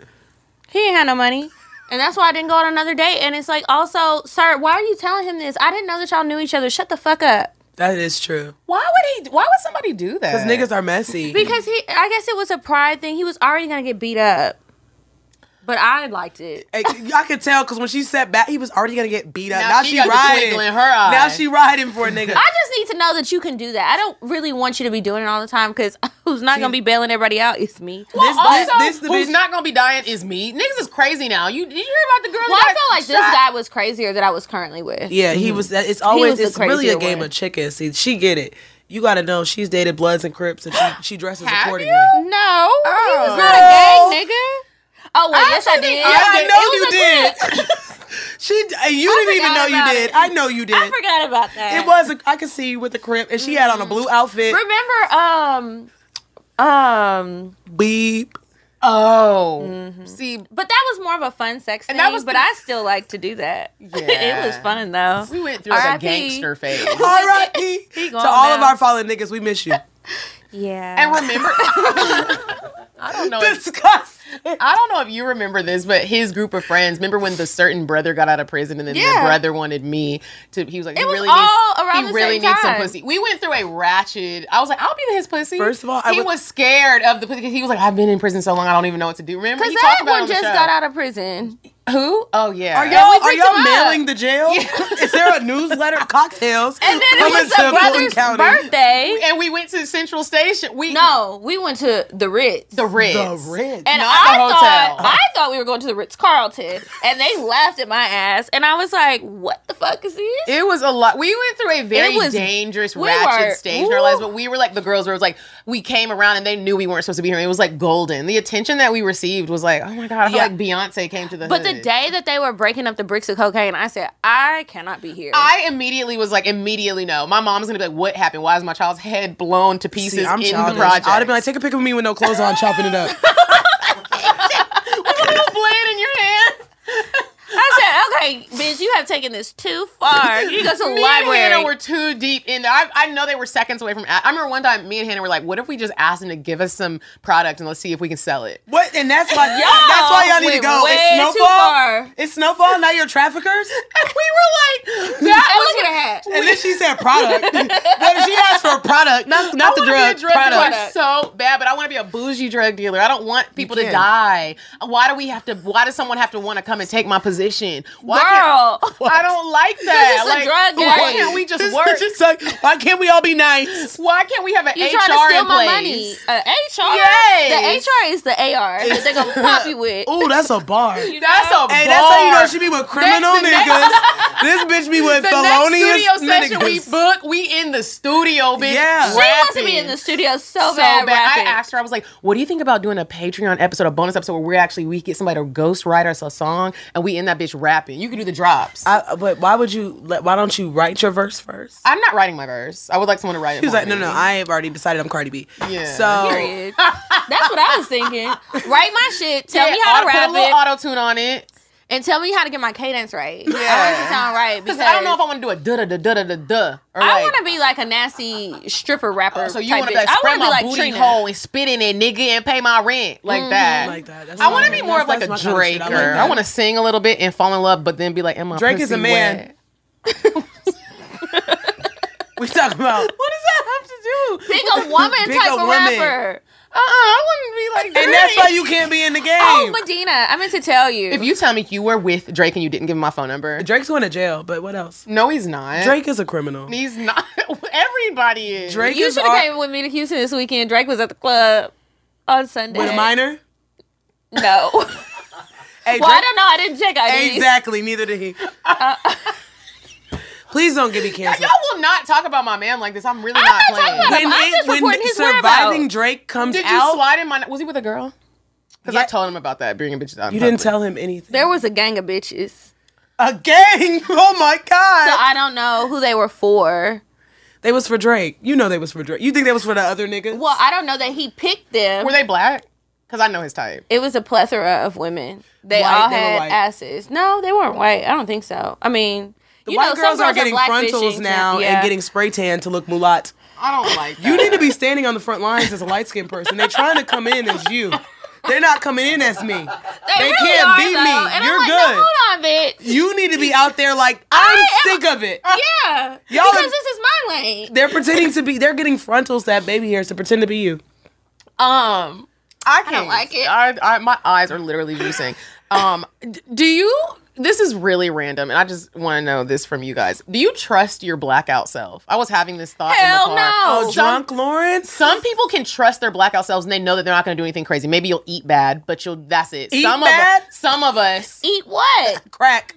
He ain't had no money. And that's why I didn't go on another date. And it's like, also, sir, why are you telling him this? I didn't know that y'all knew each other. Shut the fuck up.
That is true.
why would he? Why would somebody do that?
Because niggas are messy.
Because he, I guess it was a pride thing. He was already gonna get beat up. But I liked it.
Hey, I could tell because when she sat back, he was already gonna get beat up. Now,
Now she
she,
got the
riding.
twinkle in her eye.
Now she riding for a nigga.
I just need to know that you can do that. I don't really want you to be doing it all the time because who's not gonna be bailing everybody out? It's me. Well,
this,
Also,
this, this the
who's
bitch.
not gonna be dying is me. Niggas is crazy now. You did you hear about the girl? that
I
got
felt like this
shot?
guy was crazier than I was currently with.
yeah, he was. It's always.
was the
it's really
crazier
a game
one.
of chicken. See, she get it. You gotta know she's dated Bloods and Crips, and she, she dresses
Have
accordingly.
you?
No, he was not a
Girl.
gang nigga. Oh wait, yes I
actually
did.
think
Yeah, I
It was
know you
a
did. she, uh, you didn't even
forgot
know you
about
did.
it.
I know you did.
I forgot about that.
It was. A, I could see you with the Crip, and she had on a blue outfit.
Remember, um, um,
Beep.
Oh, see,
but that was more of a fun sex thing.
And that was
but
the-
I still like to do that.
Yeah.
it was fun though.
we went through like a
R.I.P.
gangster phase.
R.I.P. to
gone
all of
now.
our fallen niggas, we miss you.
Yeah.
And remember, I don't know. If,
Disgust.
I don't know if you remember this, but his group of friends. Remember when the certain brother got out of prison, and then the
Yeah.
brother wanted me to. He was like, he
was
really
all
needs,
around
he
the
really
same
needs some
time.
pussy. We went through a ratchet. I was like, I'll be his pussy.
First of all, I
he
would-
was scared of the pussy. 'cause He was like, I've been in prison so long, I don't even know what to do. Remember,
Cause
he
that
talked about it
one
on the
just
show.
got out of prison.
Who? Oh yeah.
Are y'all, are
picked him
y'all
up.
mailing the jail? Is there a newsletter of cocktails?
And then it
coming
was
to
the
Fulton
brother's
County?
birthday.
and we went to Central Station. We
No, we went to the Ritz.
the Ritz.
The Ritz.
and
not
I
the hotel.
thought I thought we were going to the Ritz Carlton, and they laughed at my ass, and I was like, "What the fuck is this?"
It was a lot. We went through a very
It was-
dangerous,
we
ratchet
were-
stage in our lives,
Ooh.
but we were like the girls where it was like we came around and they knew we weren't supposed to be here. It was like golden. The attention that we received was like, oh my god, I feel
Yeah.
like Beyonce came to the
but the
hood.
day that they were breaking up the bricks of cocaine, I said, "I cannot be here."
I immediately was like, immediately no. My mom's gonna be like, what happened? Why is my child's head blown to pieces
See, I'm
in
childish.
the project?
I would have been like, take a pic of me with no clothes on, chopping it up.
little blade in your hand.
I said, "Okay, bitch, you have taken this too far. You go to the
Me and Hannah were
library."
too deep in there. I, I know they were seconds away from. I remember one time, me and Hannah were like, "What if we just asked them to give us some product and let's see if we can sell it?"
What? And that's why. that's why y'all need to
went
go.
way
It's
too
snowfall.
far.
It's snowfall. Now you're traffickers.
And we were like,
That
"That
was what I had.
And then she said product. What if she asked for a product, not not the
I want
drug.
to be a drug
product.
dealer so bad, but I want to be a bougie drug dealer. I don't want people to
can.
die. Why do we have to? Why does someone have to want to come and take my position? Why
Girl,
Can't, I don't like that.
You're just a
like,
drug
why
addict.
can't we just
This
work?
bitch is like, why can't we all be nice?
why can't we have an
you
HR
trying to steal
in
my
place?
money? Uh, HR,
Yes.
the HR is the AR that they're gonna pop you with.
Ooh, that's a bar. Hey,
That's a
that's how you know
bar.
she be with criminal
Next- the next-
niggas. this bitch be with
The next
felonious
studio session we
niggas.
book, we in the studio, bitch.
Yeah. She
She wants to be
rapping.
in the studio so,
so
bad.
bad.
rapping.
I asked her, I was like, what do you think about doing a Patreon episode, a bonus episode where we're actually, we get somebody to ghost write us a song and we in that bitch rapping. You can do the drops. I,
I, but why would you? Let, why don't you write your verse first?
am not writing my verse. I would like someone to write it.
She was
for
like, no,
me.
no, I have already decided I'm Cardi B.
Yeah.
So
Period. That's what I was thinking. Write my shit. Tell me how
auto,
to
put
rap
a
it,
little auto tune on it.
and tell me how to get my cadence right. Yeah, I want it
Yeah.
to sound right because
Because I don't know if I want to do a da da da da da da.
I want to be like a nasty stripper rapper.
Oh, So you
type
want to
bitch.
like
I
spray
wanna
my
be like
booty
Trina.
hole and spit in it, nigga, and pay my rent like that.
Mm-hmm. like that. That's
I want to
my-
be more of like
that's-
a
that's my
Draker.
kind of shit. I like
I,
that.
want to sing a little bit and fall in love, but then be like, "Am I
Drake is a
pussy
man.
wet?
we talking about.
What does that have to do?
Big a woman
Big
type
a
of
woman.
rapper.
Uh, uh I wouldn't be like that.
And that's why you can't be in the game.
Oh, Medina, I meant to tell you.
If you tell me you were with Drake and you didn't give him my phone number,
Drake's going to jail, but what else?
no, he's not.
Drake is a criminal.
he's not. Everybody is.
Drake
you
is
should
our-
have came with me to Houston this weekend. Drake was at the club on Sunday.
with a minor.
No. well, I
Hey, Drake-
don't know. I didn't check out these.
Exactly. Neither did he.
Uh,
Please don't get me canceled.
Y'all will not talk about my man like this. I'm really
I'm
not,
not talking
playing.
about him. I'm just reporting his
surviving
whereabouts.
Drake comes
Did you
out,
slide in my? Was he with a girl? Because I
Yeah.
told him about that being a bitch.
you didn't tell him anything.
There was a gang of bitches.
A gang. Oh my
So
god.
I don't know who they were for.
they was for Drake. You know they was for Drake. You think they was for the other niggas?
Well, I don't know that he picked them.
Were they black? Because I know his type.
it was a plethora of women. They
White,
all
they were
had
white.
asses. No, they weren't white. I don't think so. I mean, you
White
know, some
girls are getting frontals
blackfishing.
now
Yeah.
and getting spray tan to look mulat.
I don't like. That.
You need to be standing on the front lines as a light skinned person. They're trying to come in as you. They're not coming in as
They,
me.
really
can't
are,
beat
though.
me.
And
You're
I'm like,
good.
No, hold on, bitch.
You need to be out there like I'm
I am-
sick of it.
Yeah,
Y'all
because
are-
this is my lane.
They're pretending to be. They're getting frontals to have baby hairs to pretend to be you.
Um, I I can't like it. I, I, my eyes are literally juicing. Um, d- do you? This is really random, and I just want to know this from you guys. Do you trust your blackout self? I was having this thought.
Hell
in the car.
no.
Some-
Oh, Drunk Lawrence?
Some people can trust their blackout selves, and they know that they're not going to do anything crazy. Maybe you'll eat bad, but you'll that's it.
Eat
some
bad?
of us, some of us.
Eat what?
Crack.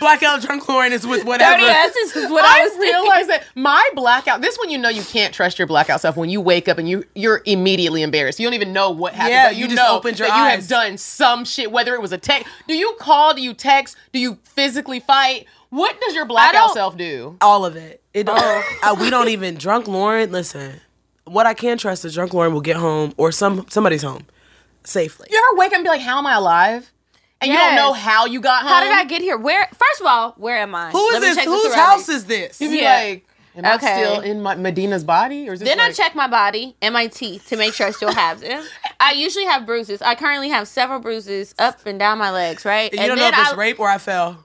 Blackout drunk Lauren is with
Dirty
whatever.
asses is what I
I
was thinking.
realize that my blackout. This one, you know, you can't trust your blackout self when you wake up and you you're immediately embarrassed. You don't even know what happened,
Yeah,
but you,
you just
know
opened your
that you have
eyes.
done some shit. Whether it was a text, do you call? Do you text? Do you physically fight? What does your blackout
don't-
self do?
All of it. It don't, uh, we don't even drunk Lauren. Listen, what I can trust is drunk Lauren will get home or some somebody's home safely.
You ever wake up and be like, "How am I alive?" And you
Yes.
don't know how you got home.
How did I get here? Where? First of all, where am I?
Who is
Let me
this?
check the
Whose
surroundings.
house is this?
You'd be
Yeah.
like, "Am I
Okay.
still in my, Medina's body?" Or is this
Then I
like-
check my body and my teeth to make sure I still have them. I usually have bruises. I currently have several bruises up and down my legs, right?
You
and
don't know if it's
I,
rape or I fell.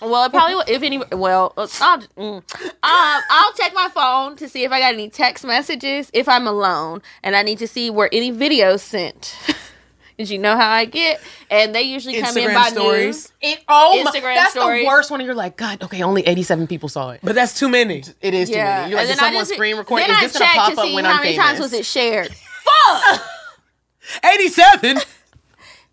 Well, it probably will- if any. Well, I'll mm. um, I'll check my phone to see if I got any text messages if I'm alone, and I need to see where any videos sent. Did you know how I get? And they usually come in
Instagram
by
stories.
news.
It, oh my,
Instagram
that's
stories.
the worst one. And you're like, God, okay, only 87 people saw it.
But that's too many.
It is too
Yeah,
many. You're like, did someone
just-
screen record?
Then
Is
I
this gonna
check
pop
to
up
see
when
how
I'm
many
famous?
times was it shared.
87?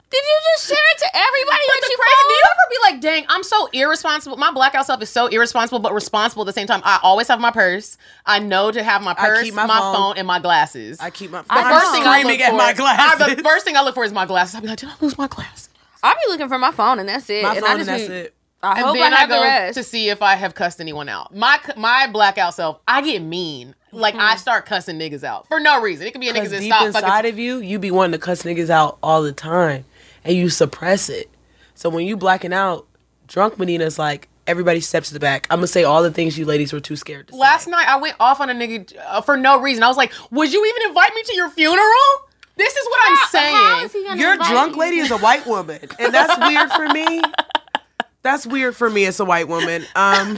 Did you just share it to everybody
But
that
the
you
crazy, do you
follow?
ever be like, dang, I'm so irresponsible. My blackout self is so irresponsible, but responsible at the same time. I always have my purse. I know to have my purse,
keep
my,
my
phone.
phone.
and my glasses.
I keep my.
I'm
I'm
first thing
I
screaming
look
at my
for- I-
glasses.
the first thing I look for is my glasses. I'll be like, did I lose my glasses?
I'll be looking for my phone and that's it.
my
and
phone
I
and
just
that's
be-
it.
I
And
hope
then
I
I,
have
go
the rest.
to see if I have cussed anyone out. My c- my blackout self, I get mean. Like I
Mm-hmm.
start cussing niggas out for no reason. It could be a niggas
Because
that
deep
stop fucking
inside of you, you be wanting to cuss niggas out all the time, and you suppress it. So when you blacking out, drunk Medina's like everybody steps to the back. I'm gonna say all the things you ladies were too scared to say.
Last night I went off on a nigga uh, for no reason. I was like, "Would you even invite me to your funeral?" This is what I'm saying.
How is he gonna
Your
invite
drunk
you?
lady is a white woman, and that's weird for me. That's weird for me. It's a white woman. Um,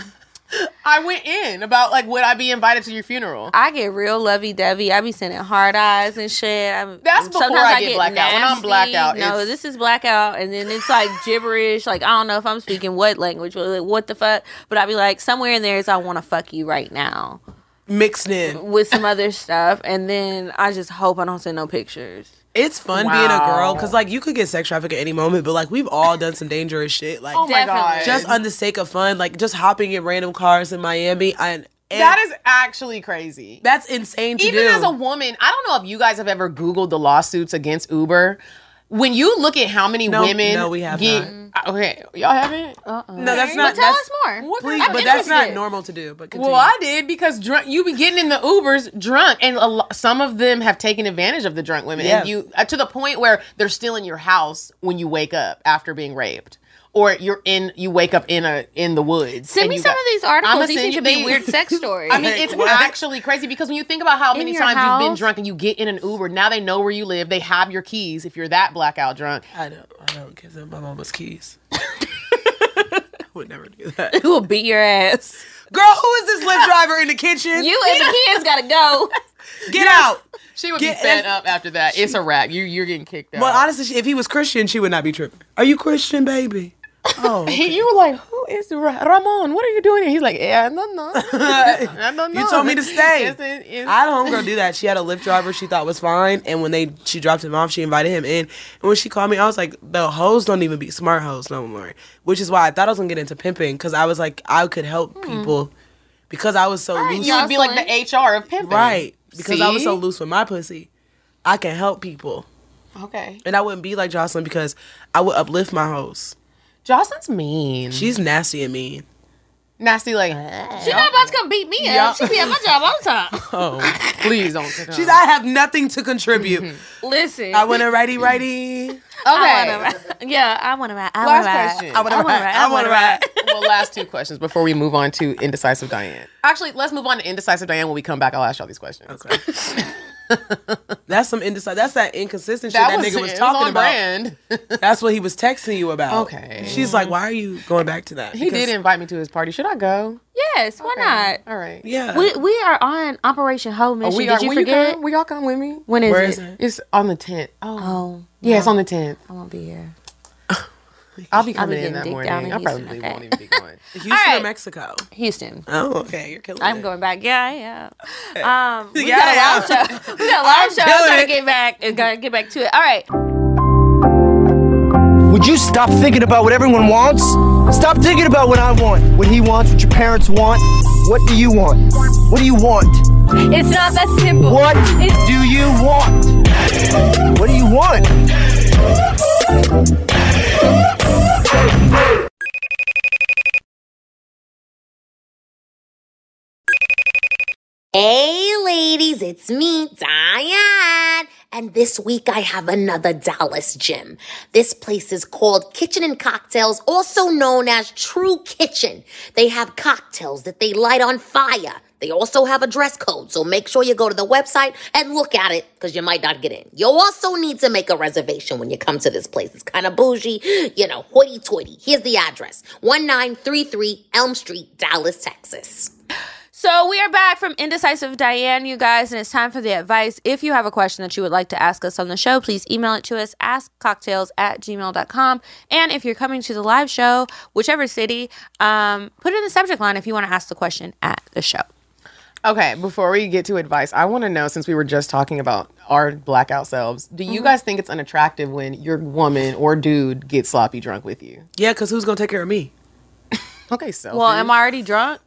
I went in about like, would I be invited to your funeral?
I get real lovey dovey. I be sending hard eyes and shit. I'm,
That's before
sometimes
I get blackout. When I'm
nasty.
blackout,
no,
it's-
this is blackout, and then it's like gibberish. Like I don't know if I'm speaking what language, but like, what the fuck. But I be like, somewhere in there is I want to fuck you right now
mixed in.
with some other stuff, and then I just hope I don't send no pictures.
It's fun being a girl
Wow.
because like you could get sex trafficked at any moment, but like we've all done some dangerous shit. Like
oh my god,
Definitely.
just on the sake of fun, like just hopping in random cars in Miami. And, and
that is actually crazy.
that's insane to
Even
do.
as a woman, I don't know if you guys have ever Googled the lawsuits against Uber. When you look at how many
No,
women
no, we have
get, okay, y'all haven't.
no, that's not.
But tell us
that's,
more.
What-
Please,
I'm
but that's not
interested.
normal to do. But continue.
Well, I did because drunk. You be getting in the Ubers drunk, and a lo- some of them have taken advantage of the drunk women,
Yeah.
and you uh, to the point where they're still in your house when you wake up after being raped, or you're in you wake up in a in the woods.
Send
and
me
you
some
got-
of these
I'ma
articles. These
send
need
you
to be
these.
weird sex stories.
I mean, it's
What?
actually crazy because when you think about how many
your
times you've been
house?
drunk and you get in an Uber, now they know where you live. They have your keys. If you're that blackout drunk,
I don't. I don't give them my mama's keys. I would never do that.
who will beat your ass?
Girl, who is this Lyft driver in the kitchen?
You and the kids gotta go.
Get out.
she would
Get-
be fed up after that. It's a wrap. You you're getting kicked out.
Well, honestly, she- if he was Christian, she would not be tripping. Are you Christian, baby? Oh,
you were like, "Who is Ra- Ramon? What are you doing?" here?" He's like, "Yeah, I don't know." I don't know.
you told me to stay.
It's- it- it's-
I had a homegirl do that. She had a Lyft driver she thought was fine, and when they she dropped him off, she invited him in. And when she called me, I was like, the hoes don't even be smart hoes no more. Which is why I thought I was gonna get into pimping because I was like, I could help
Hmm.
people because I was so loose.
you would be like the HR of pimping,
right? Because I was so
See?
loose with my pussy, I can help people,
Okay,
and I wouldn't be like Jocelyn because I would uplift my hoes.
Jocelyn's mean. She's
She's nasty and mean.
nasty. Like,
She's not about to come beat me up. She be at my job all the time.
please don't.
She's I have nothing to contribute.
Mm-hmm.
Listen.
I want to righty righty.
okay.
yeah, I want to ride. I
Last
want to ride.
question.
I want to ride. I want to ride.
ride.
well, last two questions before we move on to indecisive Diane. Actually, let's move on to indecisive Diane. When we come back, I'll ask y'all these questions.
That's some indecisive. That's that inconsistent
That,
shit that
was,
nigga was
it
talking
on
about.
brand.
That's what he was texting you about.
Okay.
She's like, why are you going back to that?
he did invite me to his party. Should I go?
Yes, why not?
All right.
Yeah.
We, we are on Operation Ho Mission.
we
Did
are.
you
will you
forget?
come? Will y'all come with me?
when is
Where
it?
is it?
It's on the tenth. Oh,
Oh,
yeah, it's on the tenth.
I won't be here.
I'll be
I'll be
coming in
getting
that
dicked
morning.
down in
I
Houston,
probably
okay.
won't even be going.
Houston or
right.
Mexico?
Houston.
Oh, okay. You're killing
I'm
it.
going back. Yeah, yeah. Um, we
Yeah,
got a
yeah.
live show. We got a live show. I
doing
gotta
it.
get back. I gotta get back to it. All right.
Would you stop thinking about what everyone wants? Stop thinking about what I want, what he wants, what your parents want. What do you want? What do you want?
It's not that simple.
What do you want? What do you want?
Hey, ladies, it's me, Diane. And this week I have another Dallas gym. This place is called Kitchen and Cocktails, also known as True Kitchen. They have cocktails that they light on fire. They also have a dress code, so make sure you go to the website and look at it because you might not get in. You'll also need to make a reservation when you come to this place. It's kind of bougie, you know, hoity toity. Here's the address 1933 Elm Street, Dallas, Texas.
So we are back from Indecisive Diane, you guys, and it's time for the advice. If you have a question that you would like to ask us on the show, please email it to us, askcocktails at gmail.com. And if you're coming to the live show, whichever city, um, put in the subject line if you want to ask the question at the show.
Okay, before we get to advice, I want to know since we were just talking about our blackout selves, do you guys think it's unattractive when your woman or dude gets sloppy drunk with you?
Yeah, because who's going to take care of me?
Okay, so
Well, am I already drunk?
um,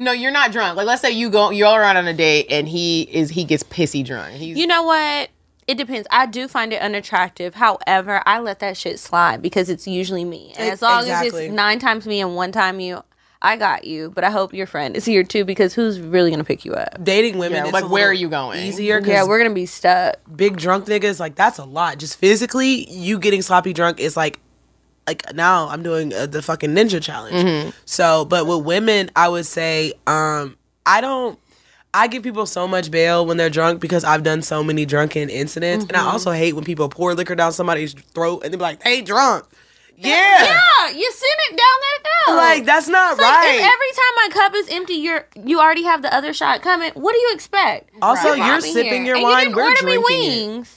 no, you're not drunk. Like, let's say you go, you're all out on a date, and he is he gets pissy drunk. He's
You know what? It depends. I do find it unattractive. However, I let that shit slide because it's usually me. And as long as
exactly.
it's nine times me and one time you, I got you. But I hope your friend is here too because who's really gonna pick you up?
Dating women. it's
like,
a
where are
little
you going?
Easier because
Yeah, we're gonna be stuck.
big drunk niggas, like, that's a lot. Just physically, you getting sloppy drunk is like, like now I'm doing uh, the fucking ninja challenge.
Mm-hmm.
So, but with women, I would say, um, I don't. I give people so much bail when they're drunk because I've done so many drunken incidents, and
Mm-hmm.
I also hate when people pour liquor down somebody's throat and they be like, "Hey, drunk." Yeah.
Yeah, Ah, you send it down that throat.
Like that's not
Like,
right.
If every time my cup is empty, you're you already have the other shot coming. What do you expect?
Also,
Right.
you're
I'm
sipping your
And
wine,
You didn't
we're
order
drinking
me
it.
wings.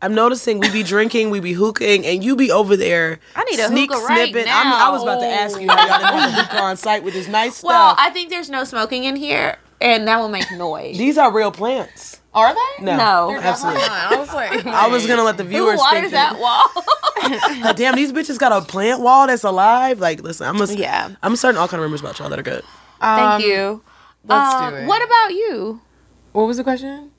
I'm noticing we be drinking, we be hookahing, and you be over there.
I need a
sneak
hookah right
snipping. I'm- i
now.
was about to ask you how y'all didn't have a hookah on site with this nice
Well,
stuff.
I think there's no smoking in here, and that will make noise.
These are real plants.
are they?
No,
No.
absolutely.
I was like,
I was gonna let the
Who
viewers
waters
think
that wall?
"Oh, damn, these bitches got a plant wall that's alive. Like, listen, I'm a,
Yeah.
I'm starting all kind of rumors about y'all that are good.
Thank you.
let's
Um,
do it.
What about you?
what was the question?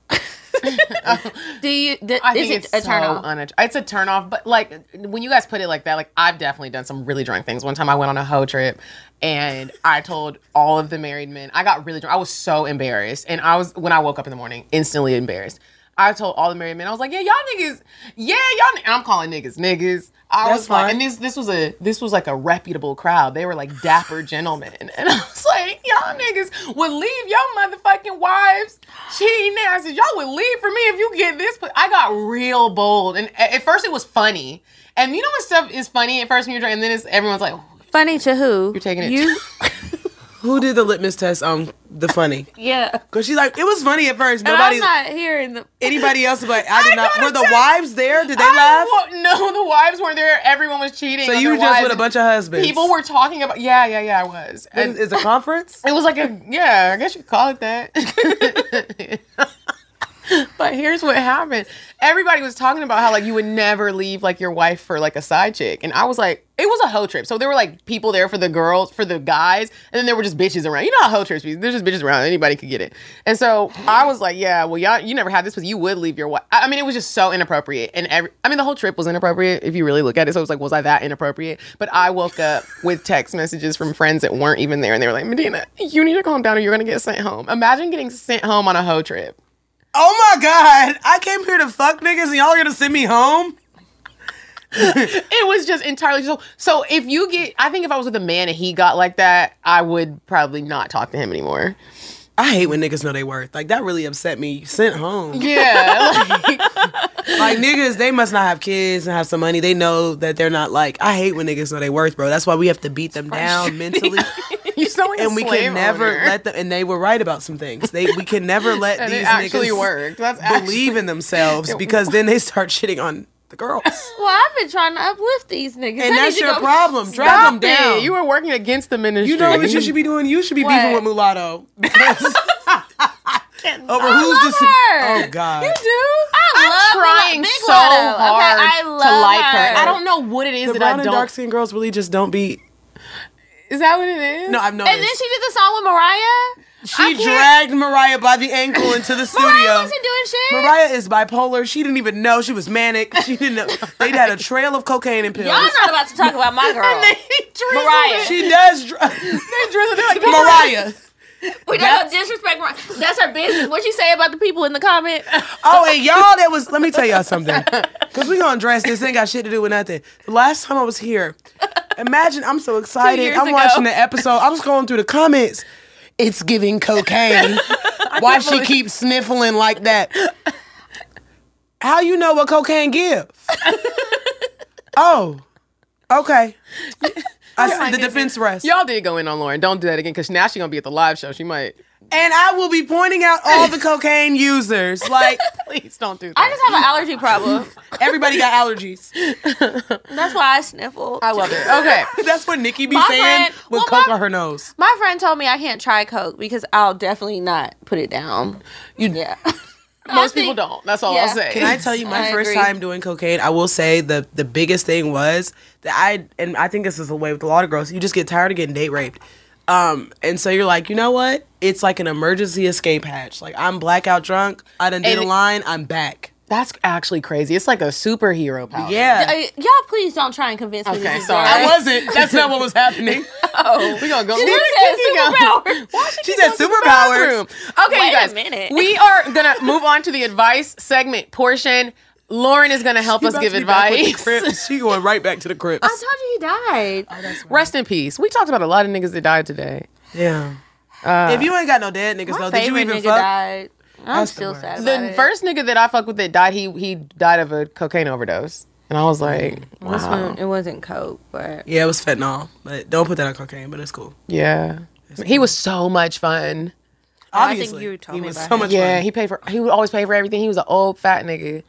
Do you? Th-
I
is
think
it
it's
a turn
so
off?
unattra- It's a turn off, but like when you guys put it like that, like I've definitely done some really drunk things. One time I went on a hoe trip and I told all of the married men, I got really drunk. I was so embarrassed. And I was, when I woke up in the morning, instantly embarrassed. I told all the married men, I was like, yeah, y'all niggas, yeah, y'all, ni-" and I'm calling niggas, niggas. I
That's
was like,
fine.
and this this was a this was like a reputable crowd. They were like dapper gentlemen, and I was like, y'all niggas would leave your motherfucking wives cheating. And I said, y'all would leave for me if you get this. But I got real bold, and a- at first it was funny. And you know when stuff is funny at first when you're drunk, and then it's everyone's like,
Funny to who? You're
taking it.
You?
Who did the litmus test on the funny?
Yeah.
Because she's like, it was funny at first.
But I'm
Nobody,
not hearing the.
anybody else, but I did
I
not.
gotta
Were the
check-
wives there? Did they
I
laugh?
wa- no, the wives weren't there. Everyone was cheating.
So
on
you
their
were just
wives.
with a bunch of husbands.
people were talking about. Yeah, yeah, yeah. I was. And-
Is, is a conference?
It was like a yeah, I guess you could call it that. but here's what happened. Everybody was talking about how like you would never leave like your wife for like a side chick. And I was like, it was a hoe trip. So there were like people there for the girls, for the guys, and then there were just bitches around. You know how hoe trips be. There's just bitches around. Anybody could get it. And so I was like, yeah, well y'all you never had this because you would leave your wife. I I mean, it was just so inappropriate. And every I mean the whole trip was inappropriate if you really look at it. So it was like, was I that inappropriate? But I woke up with text messages from friends that weren't even there and they were like, Medina, you need to calm down or you're gonna get sent home. Imagine getting sent home on a hoe trip.
Oh my god! I came here to fuck niggas and y'all are gonna send me home.
it was just entirely so. So if you get, I think if I was with a man and he got like that, I would probably not talk to him anymore.
I hate when niggas know they worth. Like that really upset me. Sent home.
Yeah, like,
Like niggas, they must not have kids and have some money. They know that they're not like. I hate when niggas know they worth, bro. That's why we have to beat them down mentally,
you sound like a
and we
slave
can never
owner.
let them. And they were right about some things. They we can never let
And
these
it actually
niggas
worked. That's actually,
believe in themselves because then they start shitting on the girls,
Well, I've been trying to uplift these niggas.
and
I
that's
need to
your
go-
problem.
Stop
Drag them down.
it. You were working against the ministry.
You know what you should be doing? You should be beefing with mulatto. Because- Over who's the
her.
Oh God!
I love
trying
Lotto. Big
so
Lotto.
hard
okay, I
to
love
like her.
her.
I don't know what it is
The
that
brown
I
and
don't.
dark skinned girls really just don't be.
is that what it is?
No, I've noticed.
And then she did the song with Mariah.
She
can't-
dragged Mariah by the ankle into the studio.
Mariah wasn't doing shit.
Mariah is bipolar. She didn't even know she was manic. She didn't know. They had a trail of cocaine and pills.
Y'all not about to talk about my girl. Mariah.
She does. Dr- Mariah.
we don't disrespect Mariah. That's her business. What you say about the people in the comment?
Oh, and y'all, that was. Let me tell y'all something. Because we going to dress this. Ain't got shit to do with nothing. The last time I was here, imagine I'm so excited.
years
I'm
ago.
watching the episode. I was going through the comments. It's giving cocaine. Why she keep sniffling like that? How you know what cocaine give? oh, okay. I see the defense rest.
Y'all did go in on Lauren. Don't do that again because now she's gonna be at the live show. She might.
And I will be pointing out all the cocaine users. Like,
Please don't do that.
I just have an allergy problem.
everybody got allergies.
That's why I sniffle.
I love it. Okay.
That's what Nikki be
My
saying
friend-
with
well,
coke
my-
on her nose.
My friend told me I can't try Coke because I'll definitely not put it down. You yeah.
Most people don't. That's all I'll
Yeah.
say.
Can I tell you my
I
first
agree.
time doing cocaine? I will say the the biggest thing was that I and I think this is the way with a lot of girls. You just get tired of getting date raped, um, and so you're like, you know what? It's like an emergency escape hatch. Like I'm blackout drunk. I done did
And-
a line. I'm back.
That's actually crazy. It's like a superhero power.
Yeah.
Uh, y'all please don't try and convince me.
Okay,
this is
sorry.
all right.
I wasn't. That's not what was happening.
we gonna go.
She said superpower.
She said superpowers.
Okay, you
Wait a
guys.
minute.
We are gonna move on to the advice segment portion. Lauren is gonna help
You
us
about
give
to be back with the
advice.
Crips. She going right back to the Crips.
I told you he died.
Rest in peace. We talked about a lot of niggas that died today.
Yeah. if you ain't got no dead niggas though, did you
Uh, Favorite
even
nigga
fuck?
died. I'm
That's the
still
worst.
sad about
The
it.
first nigga that I fucked with that died, he he died of a cocaine overdose, and I
Mm.
was like,
This one, it wasn't Coke, but
Yeah, it was fentanyl, but don't put that on cocaine. But it's cool.
yeah. He was so much fun.
I think
Obviously,
you told
he
me
was
about
so
him.
much
yeah,
fun.
he paid for. He would always pay for everything. He was an old fat nigga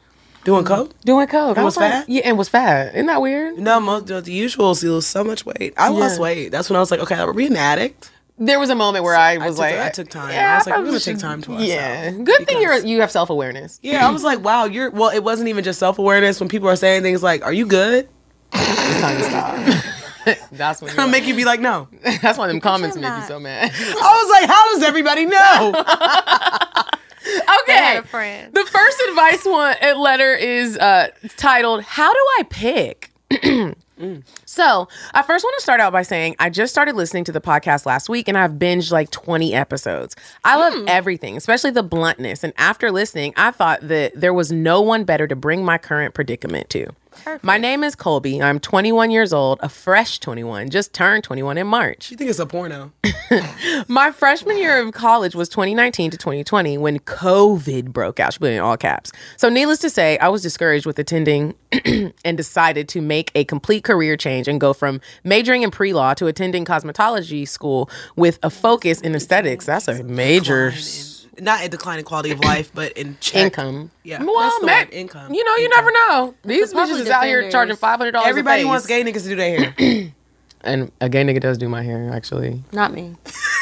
doing coke.
doing coke. I
was
like-
fat?
Yeah, and was fat. Isn't that weird?
No, most the usual. So you lose so much weight. I lost
Yeah.
weight. That's when I was like, okay, are we an addict?
There was a moment where I
I
was
took,
like,
I took time.
Yeah,
I was like, we're
probably
gonna take time to ourselves.
Yeah, good thing you're you have self awareness.
Yeah, I was like, wow, you're. Well, it wasn't even just self awareness when people are saying things like, "Are you good?"
That's when
It'll
you're-
make you be like, "No."
that's why them comments made you so mad.
I was like, "How does everybody know?"
okay,
friend.
the first advice one uh, letter is uh, titled "How Do I Pick." So, I first want to start out by saying I just started listening to the podcast last week and I've binged like 20 episodes. I love everything, especially the bluntness. And after listening, I thought that there was no one better to bring my current predicament to. My name is Colby. I'm 21 years old, a fresh 21, just turned 21 in March.
you think it's a porno?
My freshman year of college was 2019 to 2020 when COVID broke out. She put it in all caps. So, needless to say, I was discouraged with attending and decided to make a complete career change and go from majoring in pre law to attending cosmetology school with a focus in aesthetics. That's a major
Not a decline in quality of life, but in check.
income.
Yeah,
well,
that's the
man,
word, income.
You know, you
Income.
never know. These bitches
public
is out here
defenders.
charging five hundred dollars.
Everybody wants gay niggas to do their hair.
and a gay nigga does do my hair actually.
Not me.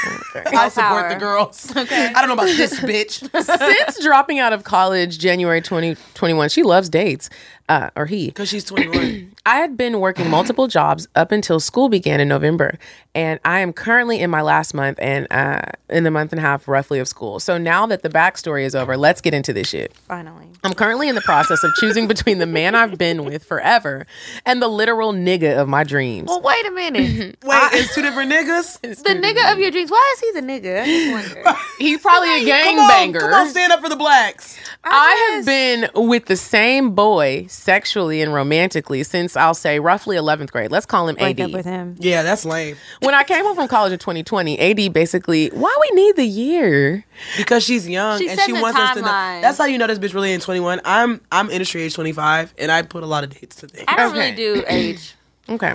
I support
power.
the girls. Okay. I don't know about this bitch.
Since dropping out of college January 2021, she loves dates, uh, or he.
Because she's 21.
I had been working multiple jobs up until school began in November, and I am currently in my last month and uh, in the month and a half roughly of school. So now that the backstory is over, let's get into this shit.
Finally.
I'm currently in the process of choosing between the man I've been with forever and the literal nigga of my dreams.
Oh,
Well, wait a minute.
Wait, it's two different niggas?
the nigga of your dreams
James, why is he the nigga? I just wonder.
He's probably a
Come on,
gangbanger.
come on, stand up for the blacks.
I have been with the same boy sexually and romantically since I'll say roughly 11th grade. Let's call him
break up
AD.
with him.
Yeah, that's lame.
When I came home from college in 2020, AD basically, why we need the year?
Because she's young
She
and
said
she
the
wants us to know.
timeline.
That's how you know this bitch really ain't 21. I'm I'm industry age 25 and I put a lot of dates to things.
I don't
Okay.
really do age.
Okay.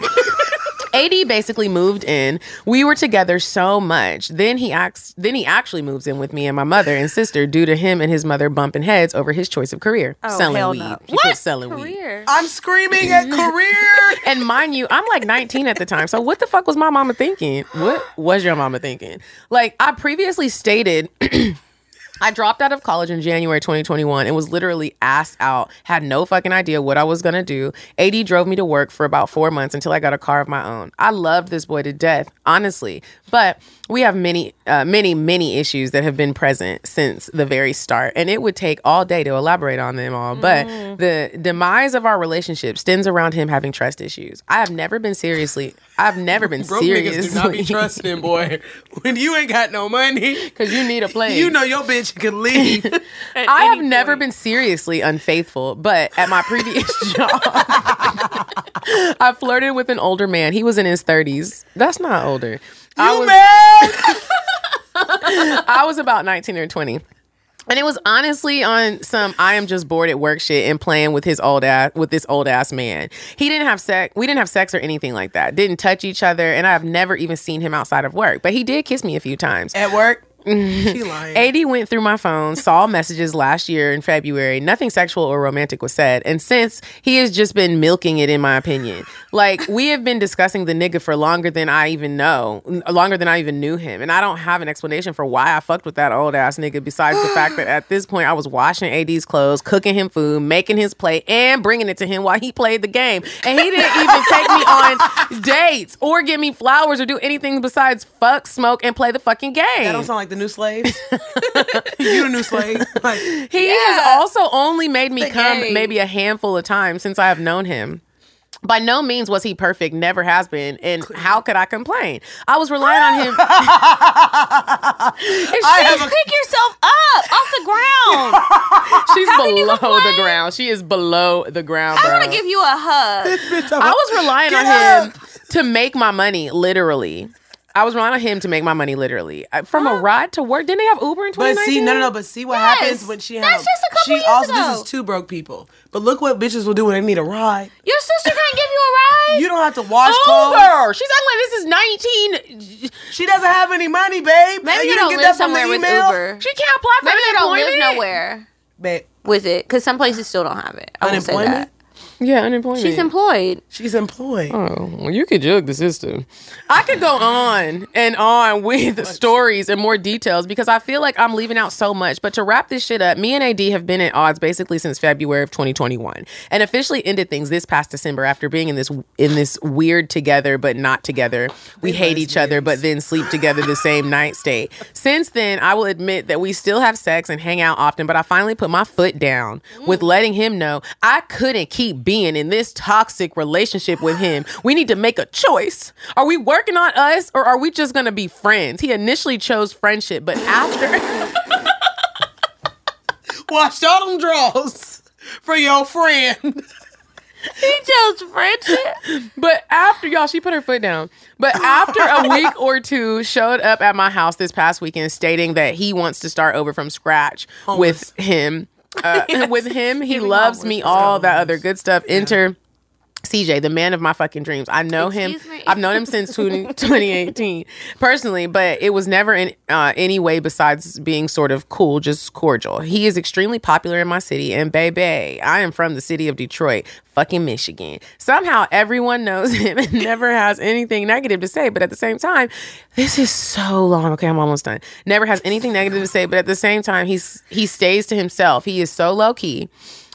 AD basically moved in. We were together so much. Then he acts then he actually moves in with me and my mother and sister due to him and his mother bumping heads over his choice of career. selling
Oh, hell
weed.
no.
She quit selling weed.
Career.
I'm screaming at career.
And mind you, I'm like 19 at the time. So what the fuck was my mama thinking? What was your mama thinking? Like I previously stated I dropped out of college in January 2021 and was literally ass out, had no fucking idea what I was gonna do. AD drove me to work for about four months until I got a car of my own. I loved this boy to death, honestly. But we have many, uh, many, many issues that have been present since the very start, and it would take all day to elaborate on them all. But the demise of our relationship stems around him having trust issues. I have never been seriously, I've never been
Broke niggas do not
seriously,
be trusting, boy. When you ain't got no money,
because you need a place.
you know your bitch can leave.
I have never been seriously unfaithful, but at my previous job, I flirted with an older man. He was in his 30s. That's not older. I,
you
was,
mad?
I was about 19 or 20. And it was honestly on some I am just bored at work shit and playing with his old ass with this old ass man. He didn't have sex we didn't have sex or anything like that. Didn't touch each other and I've never even seen him outside of work. But he did kiss me a few times.
At work? she lying.
AD went through my phone, saw messages last year in February. Nothing sexual or romantic was said. And since he has just been milking it, in my opinion. Like, we have been discussing the nigga for longer than I even know, n- longer than I even knew him. And I don't have an explanation for why I fucked with that old ass nigga, besides the fact that at this point I was washing AD's clothes, cooking him food, making his plate, and bringing it to him while he played the game. And he didn't even take me on dates or give me flowers or do anything besides fuck, smoke, and play the fucking game.
That don't sound like the new slaves. you the new slave. Like,
He has also only made me come maybe a handful of times since I have known him. By no means was he perfect, never has been, and how could I complain? I was relying on him.
Bitch, pick yourself up off the ground.
She's below the ground. She is below the ground.
I want
bro.
to give you a hug.
I was relying on him to make my money, literally. I was relying on him to make my money, literally. I- From a ride to work, didn't they have Uber in
But
2019?
see, no, no, no. But see what happens when she had.
that's just a couple
she
years
also
ago.
this is two broke people. But look what bitches will do when they need a ride.
Your sister can't give you a ride.
You don't have to wash clothes.
Uber. She's acting like this is 19.
She doesn't have any money, babe.
Maybe you,
didn't
don't
get
live
that from the
somewhere with
email?
Uber.
She can't apply for
Maybe you don't
unemployment.
live nowhere
Babe,
with it, because some places still don't have it. I won't say
unemployment.
that.
Yeah, unemployment.
She's employed.
She's employed.
Mm.
Well, you could jug the system. I could go on and on with stories and more details because I feel like I'm leaving out so much. But to wrap this shit up, me and AD have been at odds basically since February of 2021, and officially ended things this past December after being in this in this weird together but not together. We hate each other but then sleep together the same night state. Since then, I will admit that we still have sex and hang out often, but I finally put my foot down with letting him know I couldn't keep being in this toxic relationship with him. We need to make a choice. Are we working on us or are we just going to be friends? He initially chose friendship, but after
Washed all them drawers for your friend.
He chose friendship.
but after y'all, she put her foot down. But after a week or two showed up at my house this past weekend stating that he wants to start over from scratch with him. Uh, with him, he loves me all that other good stuff. Enter CJ, the man of my fucking dreams. I know him.
Excuse me.
I've known him since 20, 2018 personally, but it was never in uh, any way besides being sort of cool, just cordial. He is extremely popular in my city, and baby, I am from the city of Detroit, fucking Michigan. Somehow everyone knows him and never has anything negative to say, but at the same time, this is so long. Okay, I'm almost done. Never has anything negative to say, but at the same time, he's he stays to himself. He is so low key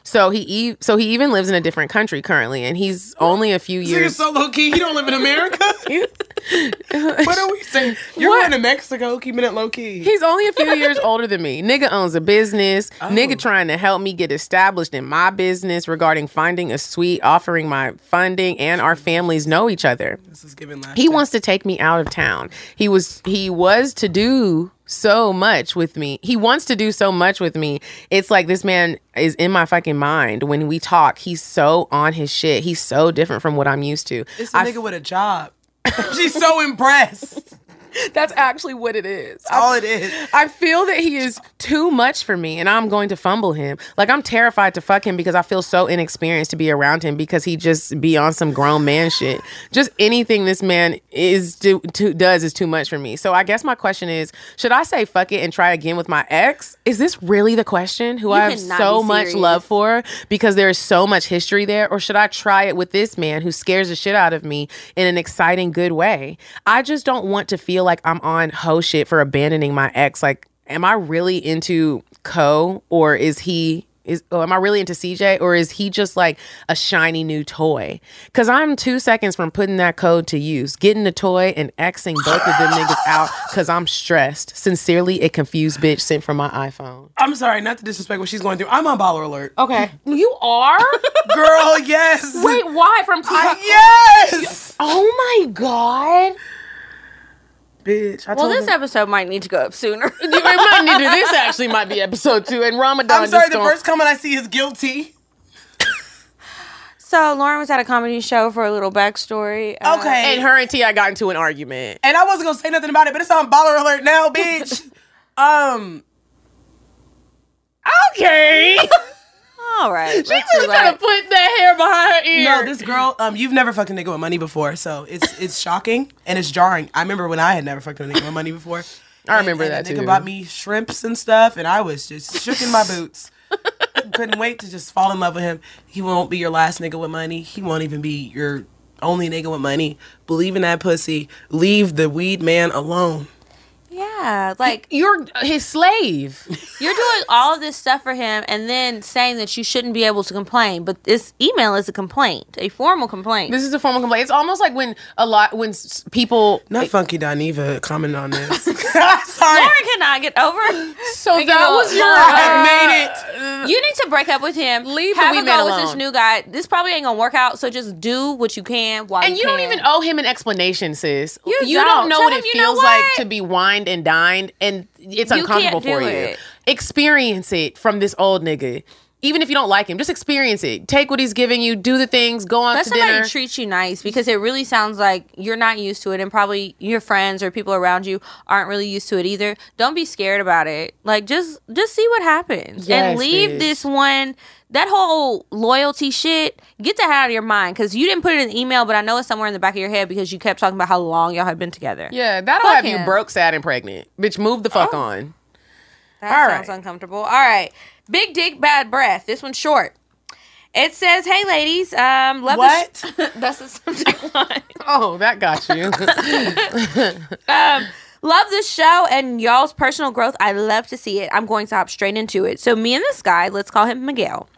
So he e- so he even lives in a different country currently, and he's only a few
You're
years.
so low key. You don't live in America. what are we saying? You're going to Mexico, keeping it low key.
He's only a few years older than me. Nigga owns a business.
Oh.
Nigga trying to help me get established in my business regarding finding a suite, offering my funding, and our families know each other.
this is giving last.
He wants to take me out of town. He was he was to do so much with me. He wants to do so much with me. It's like this man is in my fucking mind when we talk. He's so on his shit. He's so different from what I'm used to.
It's a nigga with a job. She's so impressed.
That's actually what it is.
All it is.
I feel that he is too much for me and I'm going to fumble him. Like I'm terrified to fuck him because I feel so inexperienced to be around him because he just be on some grown man shit. Just anything this man is do, to, does is too much for me. So I guess my question is, should I say fuck it and try again with my ex? Is this really the question who I have
cannot
so
be
much
serious.
love for because there is so much history there or should I try it with this man who scares the shit out of me in an exciting good way? I just don't want to feel like I'm on ho shit for abandoning my ex like am I really into Co or is he is oh, am I really into CJ or is he just like a shiny new toy? Cause I'm two seconds from putting that code to use, getting the toy and Xing both of them niggas out because I'm stressed. Sincerely, a confused bitch sent from my iPhone.
I'm sorry, not to disrespect what she's going through. I'm on baller alert.
Okay. You are?
Oh, Girl, yes.
Wait, why? From
Yes.
Oh my god.
Bitch, I
Well,
told
this
her.
episode might need to go up sooner.
You- it might need to- this actually might be episode two, and Ramadan.
I'm sorry,
just
the
gonna-
first comment I see is guilty.
so Lauren was at a comedy show for a little backstory.
Oh,
Uh,
Okay.
And her and T, I got into an argument.
and I wasn't gonna say nothing about it, but it's on baller alert now, bitch. um. Okay.
All right. She
really trying to put that hair behind her
no,
ear.
this girl. Um, you've never fucked a nigga with money before, so it's it's shocking and it's jarring. I remember when I had never fucked a nigga with money before.
I remember
and
that
the nigga
too.
bought me shrimps and stuff, and I was just shook in my boots. Couldn't wait to just fall in love with him. He won't be your last nigga with money. He won't even be your only nigga with money. Believe in that pussy. Leave the weed man alone.
Yeah, like
You're his slave.
you're doing all of this stuff for him, and then saying that you shouldn't be able to complain. But this email is a complaint, a formal complaint.
This is a formal complaint. It's almost like when a lot when s- people.
Not funky Doniva comment on this. Sorry.
Lauren cannot get over.
So that
know,
was your.
I made it.
You need to break up with him. Leave
the
Have
wee
a
man
go with this
alone.
new guy. This probably ain't gonna work out. So just do what you can while
And you don't
can.
even owe him an explanation, sis. You,
don't.
know
Tell
what
him,
it
"You know
feels like
what?
to be wined and dined, and it's
You
uncomfortable
can't do
for you.
it.
Experience it from this old nigga. Even if you don't like him, just experience it. Take what he's giving you, do the things, go on
Let
to
somebody
dinner.
treat you nice because it really sounds like you're not used to it, and probably your friends or people around you aren't really used to it either. Don't be scared about it. Like just just see what happens
Yes,
and leave
bitch.
this one. That whole loyalty shit, get that out of your mind because you didn't put it in the email, but I know it's somewhere in the back of your head because you kept talking about how long y'all had been together.
Yeah, that'll
Fuck
have you
him. Oh.
broke, sad, and pregnant. Bitch, move the fuck on.
That
All
sounds
right.
uncomfortable. All right. Big dick, bad breath. This one's short. It says, "Hey ladies, um, love the sh- that's the subject line.
Oh, that got you.
Love this show and y'all's personal growth. I love to see it. I'm going to hop straight into it. So me and this guy, let's call him Miguel,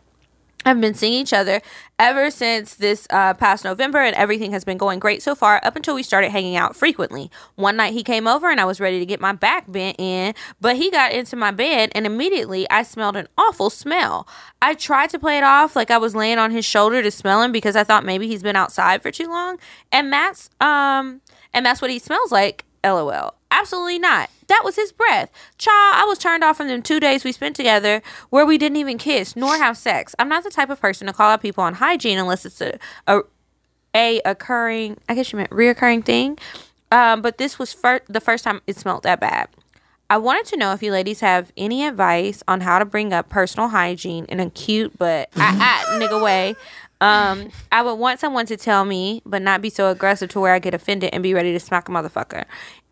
have been seeing each other ever since this uh, past November, and everything has been going great so far up until we started hanging out frequently. One night he came over, and I was ready to get my back bent in, but he got into my bed, and immediately I smelled an awful smell. I tried to play it off like I was laying on his shoulder to smell him because I thought maybe he's been outside for too long, and that's um, and that's what he smells like. LOL. Absolutely not. That was his breath. Child, I was turned off from them two days we spent together where we didn't even kiss nor have sex. I'm not the type of person to call out people on hygiene unless it's a, a, a occurring, I guess you meant reoccurring thing. Um, but this was fir- the first time it smelled that bad. I wanted to know if you ladies have any advice on how to bring up personal hygiene in a cute but ah, ah, nigga way. Um, I would want someone to tell me, but not be so aggressive to where I get offended and be ready to smack a motherfucker.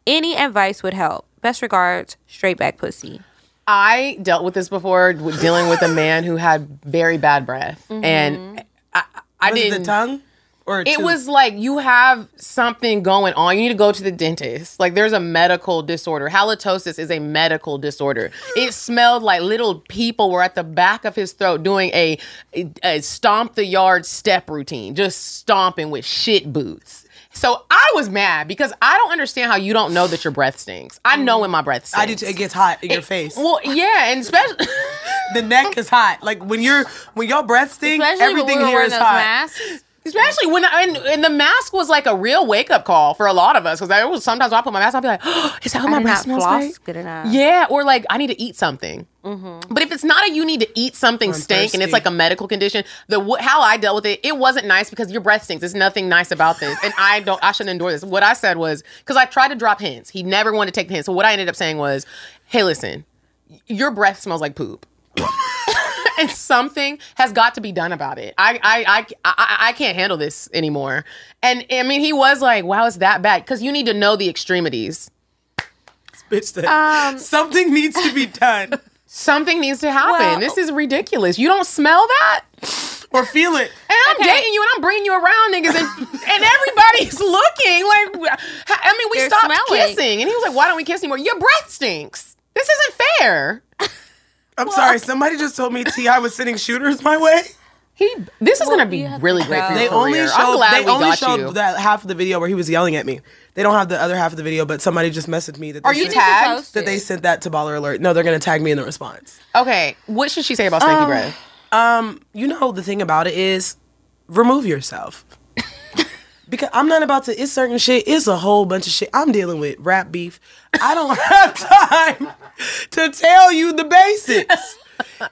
Any advice would help. Best regards, straight back pussy.
I dealt with this before, w-
Mm-hmm.
dealing with a man who had very bad breath, and I, I
Was it
didn't.
the tongue? or a
It
tooth?
was like you have something going on. You need to go to the dentist. Like there's a medical disorder. Halitosis is a medical disorder. It smelled like little people were at the back of his throat doing a, a stomp the yard step routine, just stomping with shit boots. So I was mad because I don't understand how you don't know that your breath stinks. I know when my breath stinks.
Mm. I do. Too, it gets hot in your face.
Well, yeah, and especially
the neck is hot. Like when you're when your breath stinks, everything here is hot.
Especially when I, and, and the mask was like a real wake up call for a lot of us because I was sometimes when I put my mask on, I'd be like, oh, is that what my
did
breath
not
smells
floss
like?
good enough.
Yeah, or like I need to eat something. But if it's not a you need to eat something stink and it's
thirsty.
like a medical condition, the wh- how I dealt with it, it wasn't nice because your breath stinks. There's nothing nice about this, and I don't. I shouldn't endure this. What I said was because I tried to drop hints. He never wanted to take the hint. So what I ended up saying was, "Hey, listen, your breath smells like poop." and something has got to be done about it. I I I I, I can't handle this anymore. And I mean, he was like, "Wow, it's that bad?" Because you need to know the extremities.
Bitch, that-
Um,
something needs to be done
Something needs to happen. this is ridiculous. You don't smell that?
or feel it.
And I'm dating you, and I'm bringing you around, niggas, and, and everybody's looking like. I mean, we
They're
stopped
smelling.
kissing, and he was like, "Why don't we kiss anymore? Your breath stinks. This isn't fair."
I'm sorry. Somebody just told me Ti was sending shooters my way.
He. This is gonna be really great for your
They
career.
only showed.
I'm glad
they
we
only
got
showed
you.
that half of the video where he was yelling at me. They don't have the other half of the video, but somebody just messaged me that.
Are
they
you
sent-
tagged?
That they sent that to Baller Alert. No, they're gonna tag me in the response.
Okay. What should she say about stinky breath?
you know the thing about it is remove yourself because i'm not about to it's certain shit it's a whole bunch of shit i'm dealing with rap beef i don't have time to tell you the basics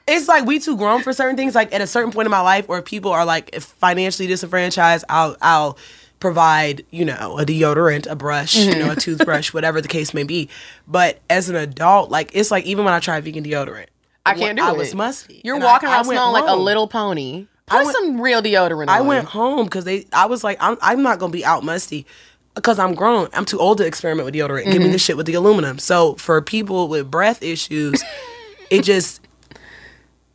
it's like we too grown for certain things like at a certain point in my life or if people are like if financially disenfranchised i'll i'll provide you know a deodorant a brush you
Mm-hmm.
know a toothbrush whatever the case may be but as an adult like it's like even when i tried vegan deodorant
I can't do
I
it.
was musty.
You're
And I-
walking
I
around
went
smelling like a
home.
little pony. Put
went-
some real deodorant.
I
on.
went home because they. I was like, I'm, I'm not gonna be out musty because I'm grown. I'm too old to experiment with deodorant. Give me the shit with the aluminum. So for people with breath issues, it just.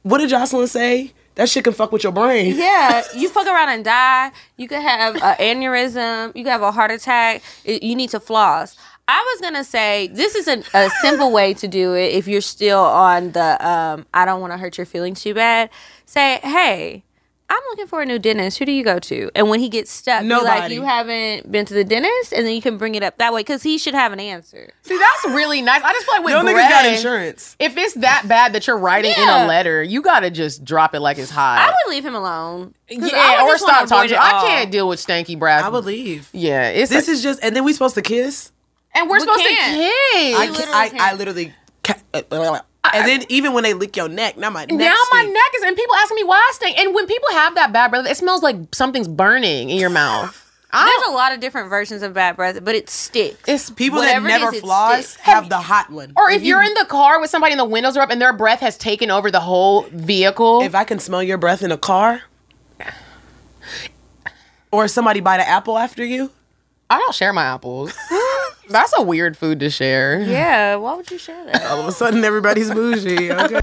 What did Jocelyn say? That shit can fuck with your brain.
Yeah, you fuck around and die. You could have an aneurysm. You could have a heart attack. I- You need to floss. I was gonna say this is an, a simple way to do it if you're still on the um, I don't want to hurt your feelings too bad. Say, hey, I'm looking for a new dentist. Who do you go to? And when he gets stuck, be like
Nobody.
you haven't been to the dentist, and then you can bring it up that way because he should have an answer.
See, that's really nice. I just feel like with
No niggas
breath,
got insurance.
If it's that bad that you're writing in
Yeah.
a letter, you gotta just drop it like it's hot.
I would leave him alone. 'Cause I
yeah,
would
or
just wanna
stop talking. to
avoid it
I
all.
can't deal with stanky breath.
I would leave.
Yeah, it's
This is just, and then we supposed to kiss.
and we're supposed
can't.
to
I,
kiss.
ca- I, I literally. Ca- and then even when they lick your neck, now my neck.
now my
stink.
neck is, and people asking me why I stink. And when people have that bad breath, it smells like something's burning in your mouth. I
There's
don't.
a lot of different versions of bad breath, but it sticks.
It's
People
Whatever it
that never
is, it
floss
sticks.
have the hot one.
Or if you're in the car with somebody and the windows are up and their breath has taken over the whole vehicle.
if I can smell your breath in a car, or somebody bite an apple after you,
I don't share my apples. That's a weird food to share.
Yeah, why would you share that?
all of a sudden everybody's bougie. Okay.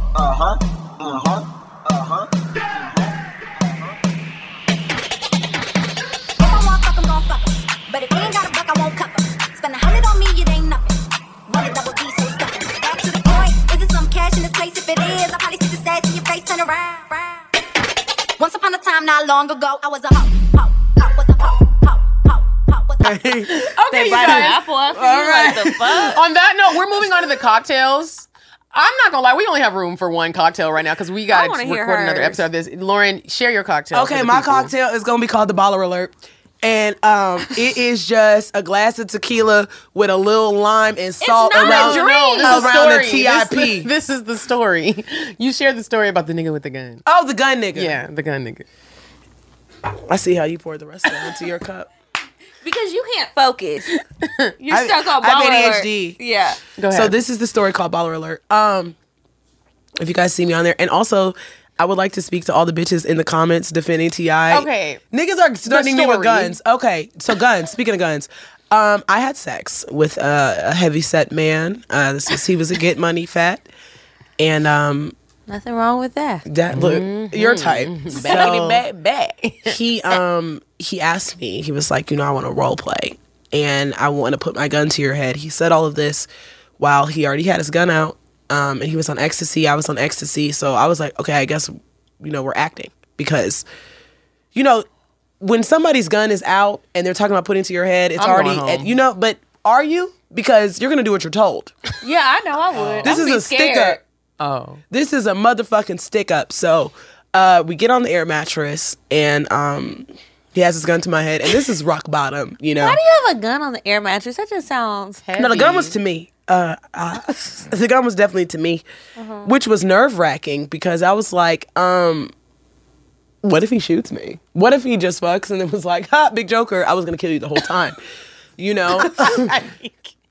If I want fuck 'em, gon' fuck 'em. But if they ain't got a buck, I won't cup 'em. Spend a hundred on me, it ain't nothing. Run a double D, so stuck 'em. Back to the point. Is it some cash in this place? If it is, I probably see this ass in your face. Turn around. round. Once upon a time, not long ago, I was a hoe. Hoe. Hoe. Was a hoe. Hoe. Hoe. Hoe. Was a hoe.
Okay, you guys. Apple after you, like, the fuck?
On that note, we're moving on to the cocktails. I'm not gonna lie, we only have room for one cocktail right now because we gotta
wanna
record
hear
another
hers.
episode of this. Lauren, share your cocktail. for
Okay,
the
my
people.
cocktail is gonna be called the Baller Alert, and um, it is just a glass of tequila with a little lime and salt
not a
around,
drink.
Oh, This is the
around the
story.
TIP.
This, this is the story. You shared the story about the nigga with the gun.
oh, the gun nigga.
Yeah, the gun nigga.
I see how you poured the rest of it into your cup.
Because you can't focus. You're
I-
stuck on
I have
baller
ADHD.
Alert. Yeah.
Go ahead.
So this is the story called Baller Alert. Um, if you guys see me on there, and also. I would like to speak to all the bitches in the comments defending Ti.
Okay.
niggas are threatening me with
story.
guns. Okay, so guns. Speaking of guns, um, I had sex with uh, a heavy set man. Uh, this was, he was a get money fat, and um,
Nothing wrong with that.
That look, your type.
Mm-hmm.
So-
back.
he um he asked me he was like you know i want to role play and i want to put my gun to your head he said all of this while he already had his gun out um and he was on ecstasy i was on ecstasy so i was like okay i guess you know we're acting because you know when somebody's gun is out and they're talking about putting it to your head it's
I'm going
already
home.
you know but are you because you're gonna do what you're told
Yeah, I know I
Oh.
would.
this
I'd
is
be
a
scared.
stick up
Oh.
this is a motherfucking stick up. So uh, we get on the air mattress and um, he has his gun to my head and this is rock bottom, you know.
Why do you have a gun on the air mattress? That just sounds heavy.
No, the gun was to me. Uh, uh, the gun was definitely to me, which was nerve wracking because I was like, um, what if he shoots me? What if he just fucks and then was like, ha, big joker, I was gonna kill you the whole time. you know?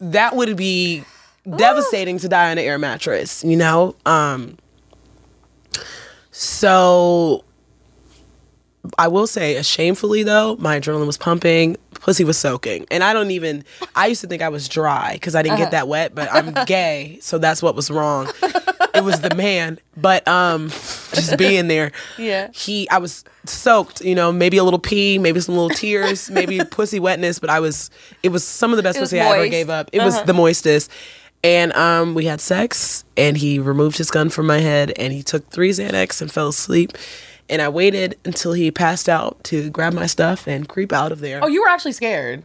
that would be devastating to die on an air mattress, you know? Um, so I will say, shamefully though, my adrenaline was pumping, pussy was soaking, and I don't even. I used to think I was dry because I didn't
Uh-huh.
get that wet, but I'm gay, so that's what was wrong. it was the man, but um, just being there.
Yeah.
He, I was soaked. You know, maybe a little pee, maybe some little tears, maybe pussy wetness, but I was. It was some of the best
was
pussy I ever
moist.
gave up. It was the moistest. And um, we had sex, and he removed his gun from my head, and he took three Xanax and fell asleep. And I waited until he passed out to grab my stuff and creep out of there.
Oh, you were actually scared.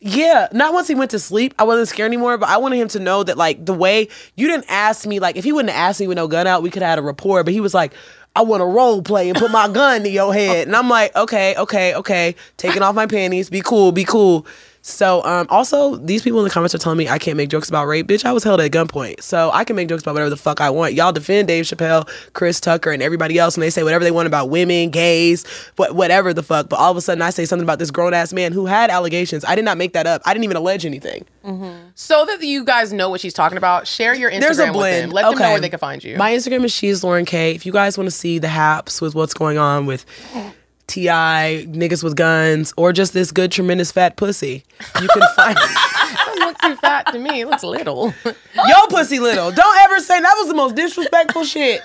Yeah, not once he went to sleep. I wasn't scared anymore, but I wanted him to know that, like, the way you didn't ask me, like, if he wouldn't have asked me with no gun out, we could have had a rapport. But he was like, I want to role play and put my gun to your head. And I'm like, okay, okay, okay. Taking off my panties. Be cool, be cool. So, um, also, these people in the comments are telling me I can't make jokes about rape. Bitch, I was held at gunpoint. So I can make jokes about whatever the fuck I want. Y'all defend Dave Chappelle, Chris Tucker, and everybody else, and they say whatever they want about women, gays, what, whatever the fuck. But all of a sudden, I say something about this grown ass man who had allegations. I did not make that up. I didn't even allege anything.
So that you guys know what she's talking about, share your Instagram
There's a
with them.
blend.
Let them know
Okay.
where they can find you.
My Instagram is she's Lauren K. If you guys want to see the haps with what's going on with Ti niggas with guns or just this good tremendous fat pussy, you can find.
doesn't look too fat to me. It looks little.
Yo, pussy little. Don't ever say that was the most disrespectful shit.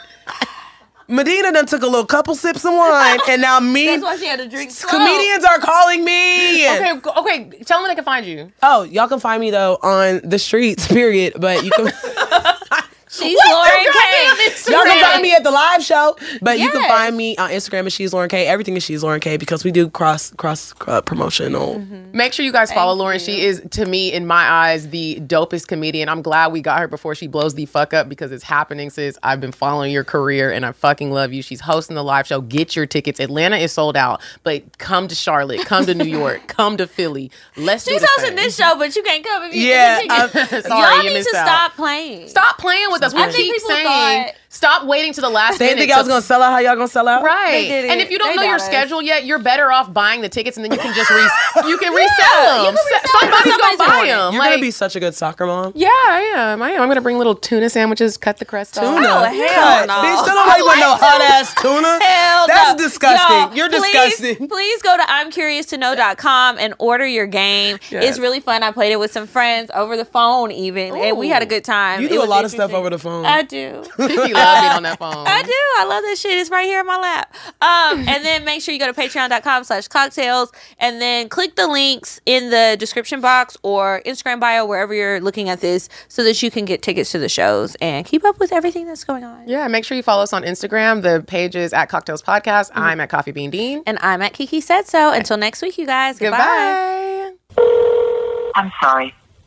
Medina done took a little couple sips of wine, and now me
That's why she had to drink slow.
comedians are calling me.
okay, go- okay. Tell them where they can find you.
Oh, y'all can find me though on the streets. Period. But you can
She's Lauren K.
y'all can find me at the live show. But you can
Yes.
find me on Instagram at she's Lauren K. Everything is she's Lauren K. Because we do cross cross uh, promotional.
Mm-hmm.
Make sure you guys follow Lauren. She is, to me, in my eyes, the dopest comedian. I'm glad we got her before she blows the fuck up because it's happening, sis. I've been following your career and I fucking love you. She's hosting the live show. Get your tickets. Atlanta is sold out, but come to Charlotte, come to New York, come to Philly. Let's do
She's
this
hosting
thing.
this show, but you can't come if you
Yeah,
Y'all
I'm sorry, you
need
missed
to
out.
stop playing.
Stop playing with us. We
I think
keep
people
saying
thought-
stop waiting to the last
They
minute.
think I was
to-
gonna sell out. How y'all gonna sell out?
Right,
did
and
it.
if you don't
They
know your
got us.
schedule yet, you're better off buying the tickets, and then you can just re- you can resell them. Somebody's, gonna buy them.
You're gonna be such a good soccer mom.
Yeah, I am. I am. I'm gonna bring little tuna sandwiches, cut the crust off.
Tuna. Cut.
Oh, no.
Bitch, still nobody want no hot ass tuna.
Hell
That's
no.
disgusting.
Y'all,
You're
please-
disgusting.
Please go to I'mCuriousToKnow.com and order your game. It's really fun. I played it with some friends over the phone, even, and we had a good time.
You
It
do a
was
lot of stuff
interesting.
over the phone.
I do.
She loved being on that phone.
I do. I love that shit. It's right here in my lap. Um, and then make sure you go to patreon.com slash cocktails and then click the links in the description box or Instagram bio, wherever you're looking at this, so that you can get tickets to the shows and keep up with everything that's going on.
Yeah, make sure you follow us on Instagram. The page is at Cocktails Podcast. I'm at Coffee Bean Dean.
Mm-hmm. And I'm at Kiki Said So. Until next week, you guys. goodbye.
Goodbye.
I'm sorry,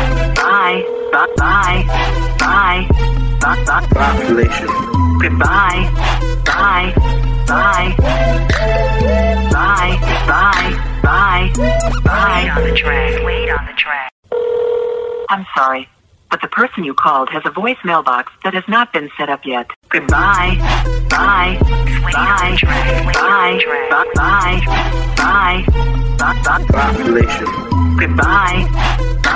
Bye. Bye. Bye. Bye. Bye. Population. Goodbye. Bye. Bye. Bye. Bye. Bye. Bye. Wait on the track. Wait on the track. I'm sorry, but the person you called has a voice mailbox that has not been set up yet. Goodbye. Bye. Bye. Bye. Bye. Bye. Bye. Bye. Population. Goodbye. Bye.